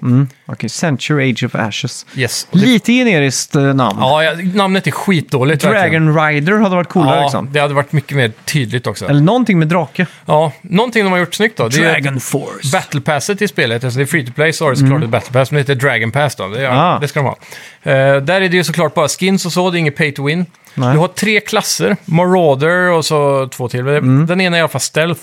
Speaker 1: Okej, Century Age of Ashes.
Speaker 2: Yes. Och det,
Speaker 1: Lite generiskt eh, namn.
Speaker 2: ja, ja, namnet är skitdåligt. verkligen.
Speaker 1: Dragon Rider hade varit coolare
Speaker 2: ja,
Speaker 1: liksom.
Speaker 2: Det hade varit mycket mer tydligt också.
Speaker 1: Eller någonting med drake.
Speaker 2: Ja, någonting de har gjort snyggt då. Det är ju
Speaker 1: Force.
Speaker 2: Battle Passet i spelet, alltså det är free to play så har det såklart ett Battle Pass, men det heter Dragon Pass då. Det,
Speaker 1: Mm. Ah.
Speaker 2: det ska de ha. Eh, där är det ju såklart bara skins och så, det är inget pay to win.
Speaker 1: Nej.
Speaker 2: Du har tre klasser, Marauder och så två till.
Speaker 1: Mm.
Speaker 2: Den ena är i alla fall Stealth,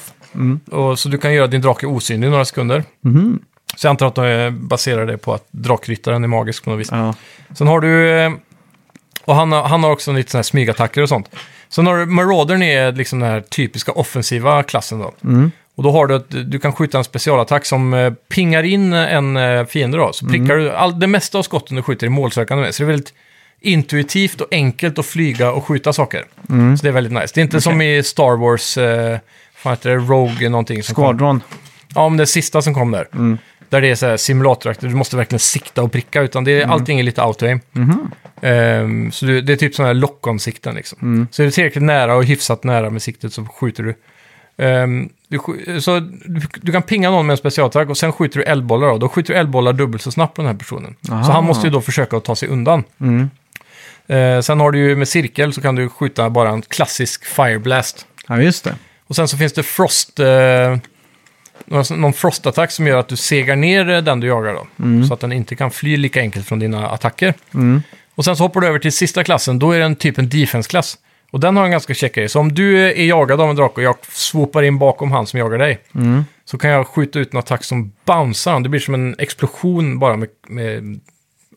Speaker 2: och, så du kan göra din drake osynlig i några sekunder.
Speaker 1: Mm.
Speaker 2: Så jag antar att de eh, baserar det på att drakryttaren är magisk på något vis.
Speaker 1: ja.
Speaker 2: Sen har du... eh, Och han har, han har också lite sådana här smygattacker och sånt. Sen har du... Maraudern är liksom den här typiska offensiva klassen då. Och då har du att du kan skjuta en specialattack som eh, pingar in en eh, fiende då. Så prickar du... All, det mesta av skotten du skjuter är målsökande med. Så det är väldigt intuitivt och enkelt att flyga och skjuta saker. Så det är väldigt nice. Det är inte som i Star Wars... Eh, vad heter det? Rogue någonting. Som kom.
Speaker 1: Squadron.
Speaker 2: Ja, men det sista som kom där. Där det är så här simulatoraktigt, du måste verkligen sikta och pricka, utan det, allting är lite auto-aim. Ehm, så du, det är typ sådana här lockonsikten liksom. Så är du tillräckligt nära och hyfsat nära med siktet så skjuter du. Ehm, du, sk- så du, du kan pinga någon med en specialattack och sen skjuter du eldbollar då. Då skjuter du eldbollar dubbelt så snabbt på den här personen. Så
Speaker 1: Aha.
Speaker 2: han måste ju då försöka att ta sig undan.
Speaker 1: Mm.
Speaker 2: Ehm, sen har du ju med cirkel så kan du skjuta bara en klassisk fireblast.
Speaker 1: Ja, just det.
Speaker 2: Och sen så finns det frost... Eh, någon- någon frostattack som gör att du segar ner eh, den du jagar då. Så att den inte kan fly lika enkelt från dina attacker. Och sen så hoppar du över till sista klassen, då är den typ en defense-klass. Och den har en ganska käck grej. Så om du eh, är jagad av en drake och jag swoopar in bakom han som jagar dig. Så kan jag skjuta ut en attack som bouncear han. Det blir som en explosion bara med, med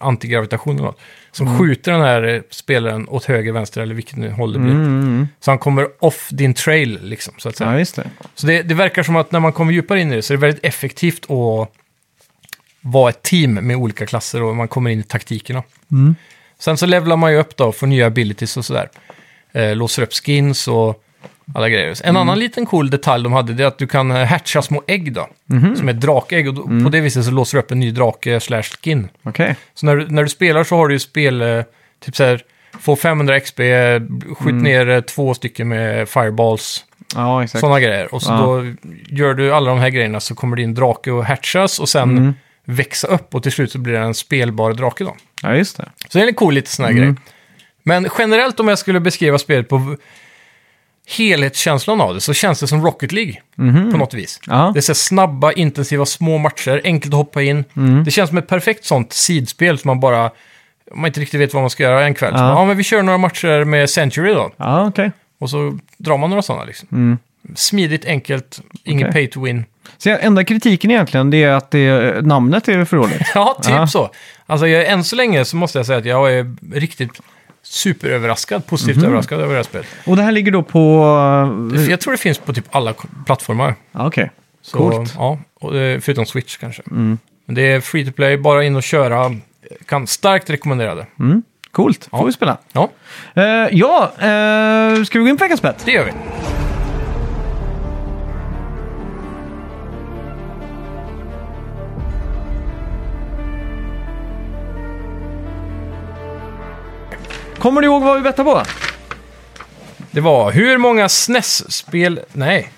Speaker 2: antigravitation eller något. Som skjuter den här eh, spelaren åt höger, vänster eller vilket nu håll det blir.
Speaker 1: Mm.
Speaker 2: Så han kommer off din trail liksom, så att säga.
Speaker 1: Ja, just det.
Speaker 2: Så det, det verkar som att när man kommer djupare in i det så är det väldigt effektivt att vara ett team med olika klasser och man kommer in i taktikerna. Sen så levlar man ju upp då och får nya abilities och sådär. Eh, låser upp skins och alla grejer. En annan liten cool detalj de hade det är att du kan eh, hatcha små ägg då. Som är drakägg och då, på det viset så låser du upp en ny drake slash skin.
Speaker 1: Okej.
Speaker 2: Så när du, när du spelar så har du ju spel, eh, typ så här, få 500 XP, eh, skjut ner eh, två stycken med fireballs.
Speaker 1: Ja, Mm. exakt.
Speaker 2: Sådana grejer. Och så
Speaker 1: Ja.
Speaker 2: då gör du alla de här grejerna så kommer din drake att hatchas och sen
Speaker 1: Mm.
Speaker 2: växa upp och till slut så blir det en spelbar drake då.
Speaker 1: Ja, just det.
Speaker 2: Så det är en cool liten sån
Speaker 1: Mm.
Speaker 2: här grej. Men generellt om jag skulle beskriva spelet på v- helhetskänslan av det så känns det som Rocket League
Speaker 1: Mhm.
Speaker 2: på något vis.
Speaker 1: Ja.
Speaker 2: Det är så här snabba, intensiva, små matcher, enkelt att hoppa in.
Speaker 1: Mm.
Speaker 2: Det känns som ett perfekt sånt sidspel som man bara, om man inte riktigt vet vad man ska göra en kväll. Ja. Så
Speaker 1: Ja.
Speaker 2: bara, ja, men vi kör några matcher med Century då.
Speaker 1: Ja, okej.
Speaker 2: Och så drar man några sådana liksom. Smidigt, enkelt, inget
Speaker 1: Mm. Okej.
Speaker 2: pay to win. [LAUGHS]
Speaker 1: Så enda kritiken egentligen det är att det, namnet är för dåligt.
Speaker 2: Ja, typ
Speaker 1: Ja.
Speaker 2: så. Alltså jag, än så länge så måste jag säga att jag är riktigt superöverraskad, positivt
Speaker 1: Mhm.
Speaker 2: överraskad över det här spelet.
Speaker 1: Och det här ligger då på...
Speaker 2: För Jag tror det finns på typ alla k- plattformar.
Speaker 1: Ja, Okej.
Speaker 2: Så,
Speaker 1: Coolt.
Speaker 2: Ja, och, eh, förutom Switch kanske. Men det är free to play, bara in och köra. Kan starkt rekommendera det.
Speaker 1: Coolt. Får
Speaker 2: Ja.
Speaker 1: vi spela.
Speaker 2: Ja,
Speaker 1: Eh, ja, eh, ska vi gå in på veckans bett?
Speaker 2: det gör vi.
Speaker 1: Kommer du ihåg vad vi bettade på?
Speaker 2: Det var hur många SNES-spel... Nej,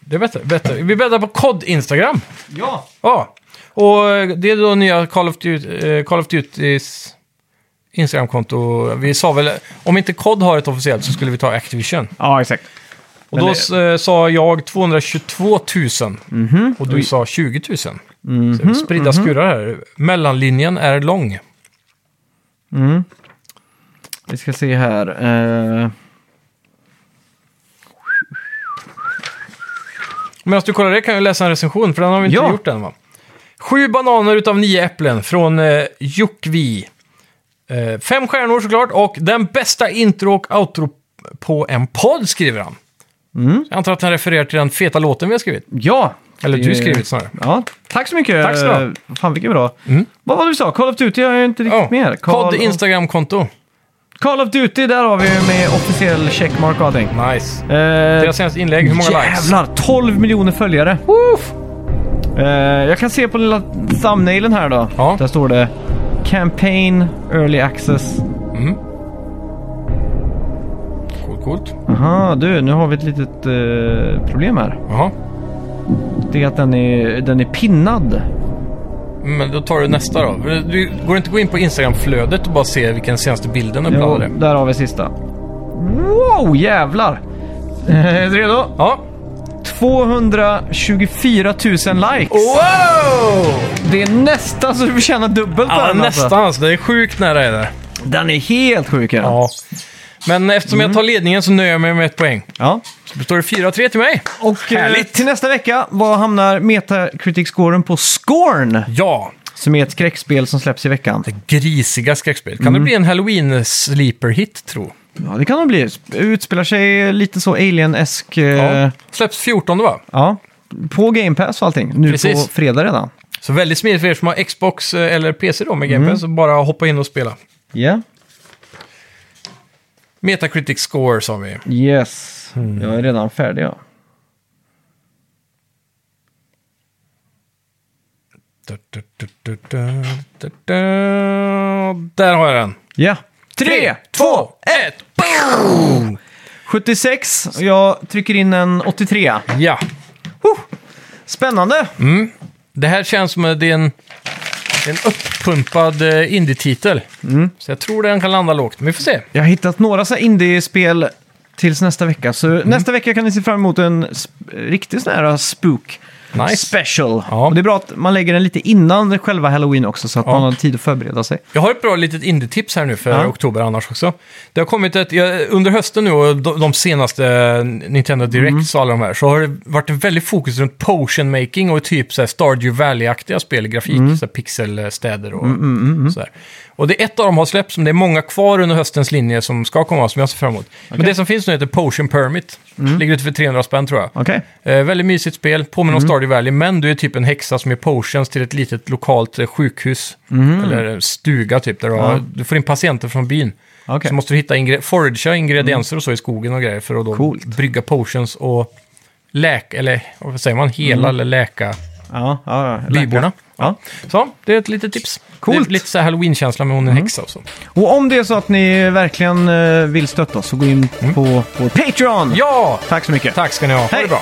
Speaker 2: det är bättre. bättre. Vi bäddar på COD Instagram.
Speaker 1: Ja.
Speaker 2: Ja, och eh, det är då nya Call of Duty, eh, Call of Duty Instagramkonto. Vi sa väl, om inte COD har ett officiellt så skulle vi ta Activision.
Speaker 1: Ja, exakt.
Speaker 2: Och
Speaker 1: Men
Speaker 2: då
Speaker 1: det-
Speaker 2: s- eh, sa jag 222 000
Speaker 1: Mhm.
Speaker 2: och du sa 20 000. Så det är spridda skurar här. Mellanlinjen är lång.
Speaker 1: Vi ska se här. eh,
Speaker 2: Medan du kollar det kan jag läsa en recension, för den har vi inte
Speaker 1: Ja.
Speaker 2: gjort än va? Sju bananer utav nio äpplen från eh, Jokvi. Eh, fem stjärnor såklart och den bästa intro och outro på en podd skriver han. Jag antar att han refererar till den feta låten vi har skrivit.
Speaker 1: ja.
Speaker 2: Eller
Speaker 1: Mm. Det-
Speaker 2: du skrivit snarare.
Speaker 1: Ja, tack så mycket.
Speaker 2: Tack så bra.
Speaker 1: Eh, Fan vilken bra. Vad var det du sa? Call of Duty har jag inte riktigt
Speaker 2: Mm. Ja,
Speaker 1: med. Call,
Speaker 2: Podd Instagram-konto.
Speaker 1: Call of Duty, där har vi ju med officiell checkmark och allting.
Speaker 2: Nice.
Speaker 1: Eh,
Speaker 2: Deras senaste inlägg, hur många likes?
Speaker 1: Jävlar, 12 miljoner följare.
Speaker 2: Woof!
Speaker 1: Eh, jag kan se på lilla thumbnailen här då.
Speaker 2: Ja.
Speaker 1: Där står det Campaign Early Access.
Speaker 2: Coolt, coolt.
Speaker 1: Aha, du, nu har vi ett litet eh, problem här.
Speaker 2: Jaha.
Speaker 1: Det är att den är, den är pinnad.
Speaker 2: Men då tar du nästa då. Du går inte gå in på Instagram-flödet och bara se vilken senaste bilden du
Speaker 1: Jo,
Speaker 2: uppladdade?
Speaker 1: där har vi sista. Wow, jävlar! Eh, Är du redo?
Speaker 2: Ja.
Speaker 1: 224 000 likes.
Speaker 2: Wow!
Speaker 1: Det är nästan så du förtjänar dubbelt på
Speaker 2: Ja,
Speaker 1: den. alltså.
Speaker 2: nästan. Alltså. Det är sjukt nära är det.
Speaker 1: Den är helt sjuk. är den.
Speaker 2: Ja. Mm. Men eftersom jag tar ledningen så nöjer jag mig med ett poäng.
Speaker 1: Ja.
Speaker 2: Så består det 4-3 till mig.
Speaker 1: Och
Speaker 2: Härligt.
Speaker 1: eh, till nästa vecka, vad hamnar Metacritic-scoren på Scorn?
Speaker 2: Ja,
Speaker 1: Som är ett skräckspel som släpps i veckan.
Speaker 2: grisiga skräckspel. Kan det bli en Halloween-sleeper-hit, tro?
Speaker 1: Ja, det kan nog bli. Utspelar sig lite så alien-esk. eh,
Speaker 2: Ja.
Speaker 1: Ja.
Speaker 2: Eh. Släpps 14 va?
Speaker 1: ja. På Game Pass och allting. Nu
Speaker 2: Precis.
Speaker 1: på fredag redan.
Speaker 2: Så väldigt smidigt för er som har Xbox eh, eller PC då med Game Pass, så bara hoppa in och spela.
Speaker 1: Ja.
Speaker 2: Metacritic score sa vi.
Speaker 1: Yes.
Speaker 2: Mm.
Speaker 1: Jag är redan färdig, ja.
Speaker 2: Du, du, du, du, du, du, du. Där har jag den.
Speaker 1: Ja.
Speaker 2: Tre, två, ett. boom!
Speaker 1: 76. och Jag trycker in en 83.
Speaker 2: Ja.
Speaker 1: Spännande!
Speaker 2: Mm. Det här känns som att det är en, det är en uppumpad eh, indie-titel. Så jag tror den kan landa lågt, men vi får se.
Speaker 1: Jag har hittat några så här indie-spel tills nästa vecka. Så
Speaker 2: Mm.
Speaker 1: nästa vecka kan ni se fram emot en sp- riktig sån här uh, spook
Speaker 2: Nice.
Speaker 1: special.
Speaker 2: Ja.
Speaker 1: Och det är bra att man lägger den lite innan själva halloween också så att man har tid att förbereda sig.
Speaker 2: Jag har ett bra litet indie-tips här nu för
Speaker 1: Ja.
Speaker 2: oktober annars också. Det har kommit ett, jag, under hösten nu och de, de senaste Nintendo Directs och alla de här, så har det varit en väldigt fokus runt potion making och typ så här Stardew Valley-aktiga spel i grafik, så här pixelstäder och sådär. Och det är ett av dem har släppts, men det är många kvar under höstens linje som ska komma, som jag ser fram emot. Men det som finns nu heter Potion Permit, ligger ute för 300 spänn tror jag.
Speaker 1: Okej?
Speaker 2: Eh, väldigt mysigt spel, påminner om
Speaker 1: Mm.
Speaker 2: Stardew Valley, men du är typ en häxa som ger potions till ett litet lokalt eh, sjukhus.
Speaker 1: Mm.
Speaker 2: Eller en stuga typ, där du, har, du får in patienter från byn.
Speaker 1: Okej. Mm.
Speaker 2: Så måste du hitta ingre foragea ingredienser och så i skogen och grejer för att då
Speaker 1: Coolt.
Speaker 2: brygga potions och läka, eller vad säger man, hela
Speaker 1: Mm.
Speaker 2: eller läka
Speaker 1: Ja, ja, ja. Läkare.
Speaker 2: byborna.
Speaker 1: Ja.
Speaker 2: Så, det är ett litet tips.
Speaker 1: Coolt. Mm.
Speaker 2: Det är lite så här halloween-känsla med hon är en häxa och så.
Speaker 1: Och om det är så att ni verkligen eh, vill stötta oss så gå in på vår Patreon!
Speaker 2: Mm. Ja!
Speaker 1: Tack så mycket!
Speaker 2: Tack ska ni ha, ha
Speaker 1: Hej.
Speaker 2: det bra.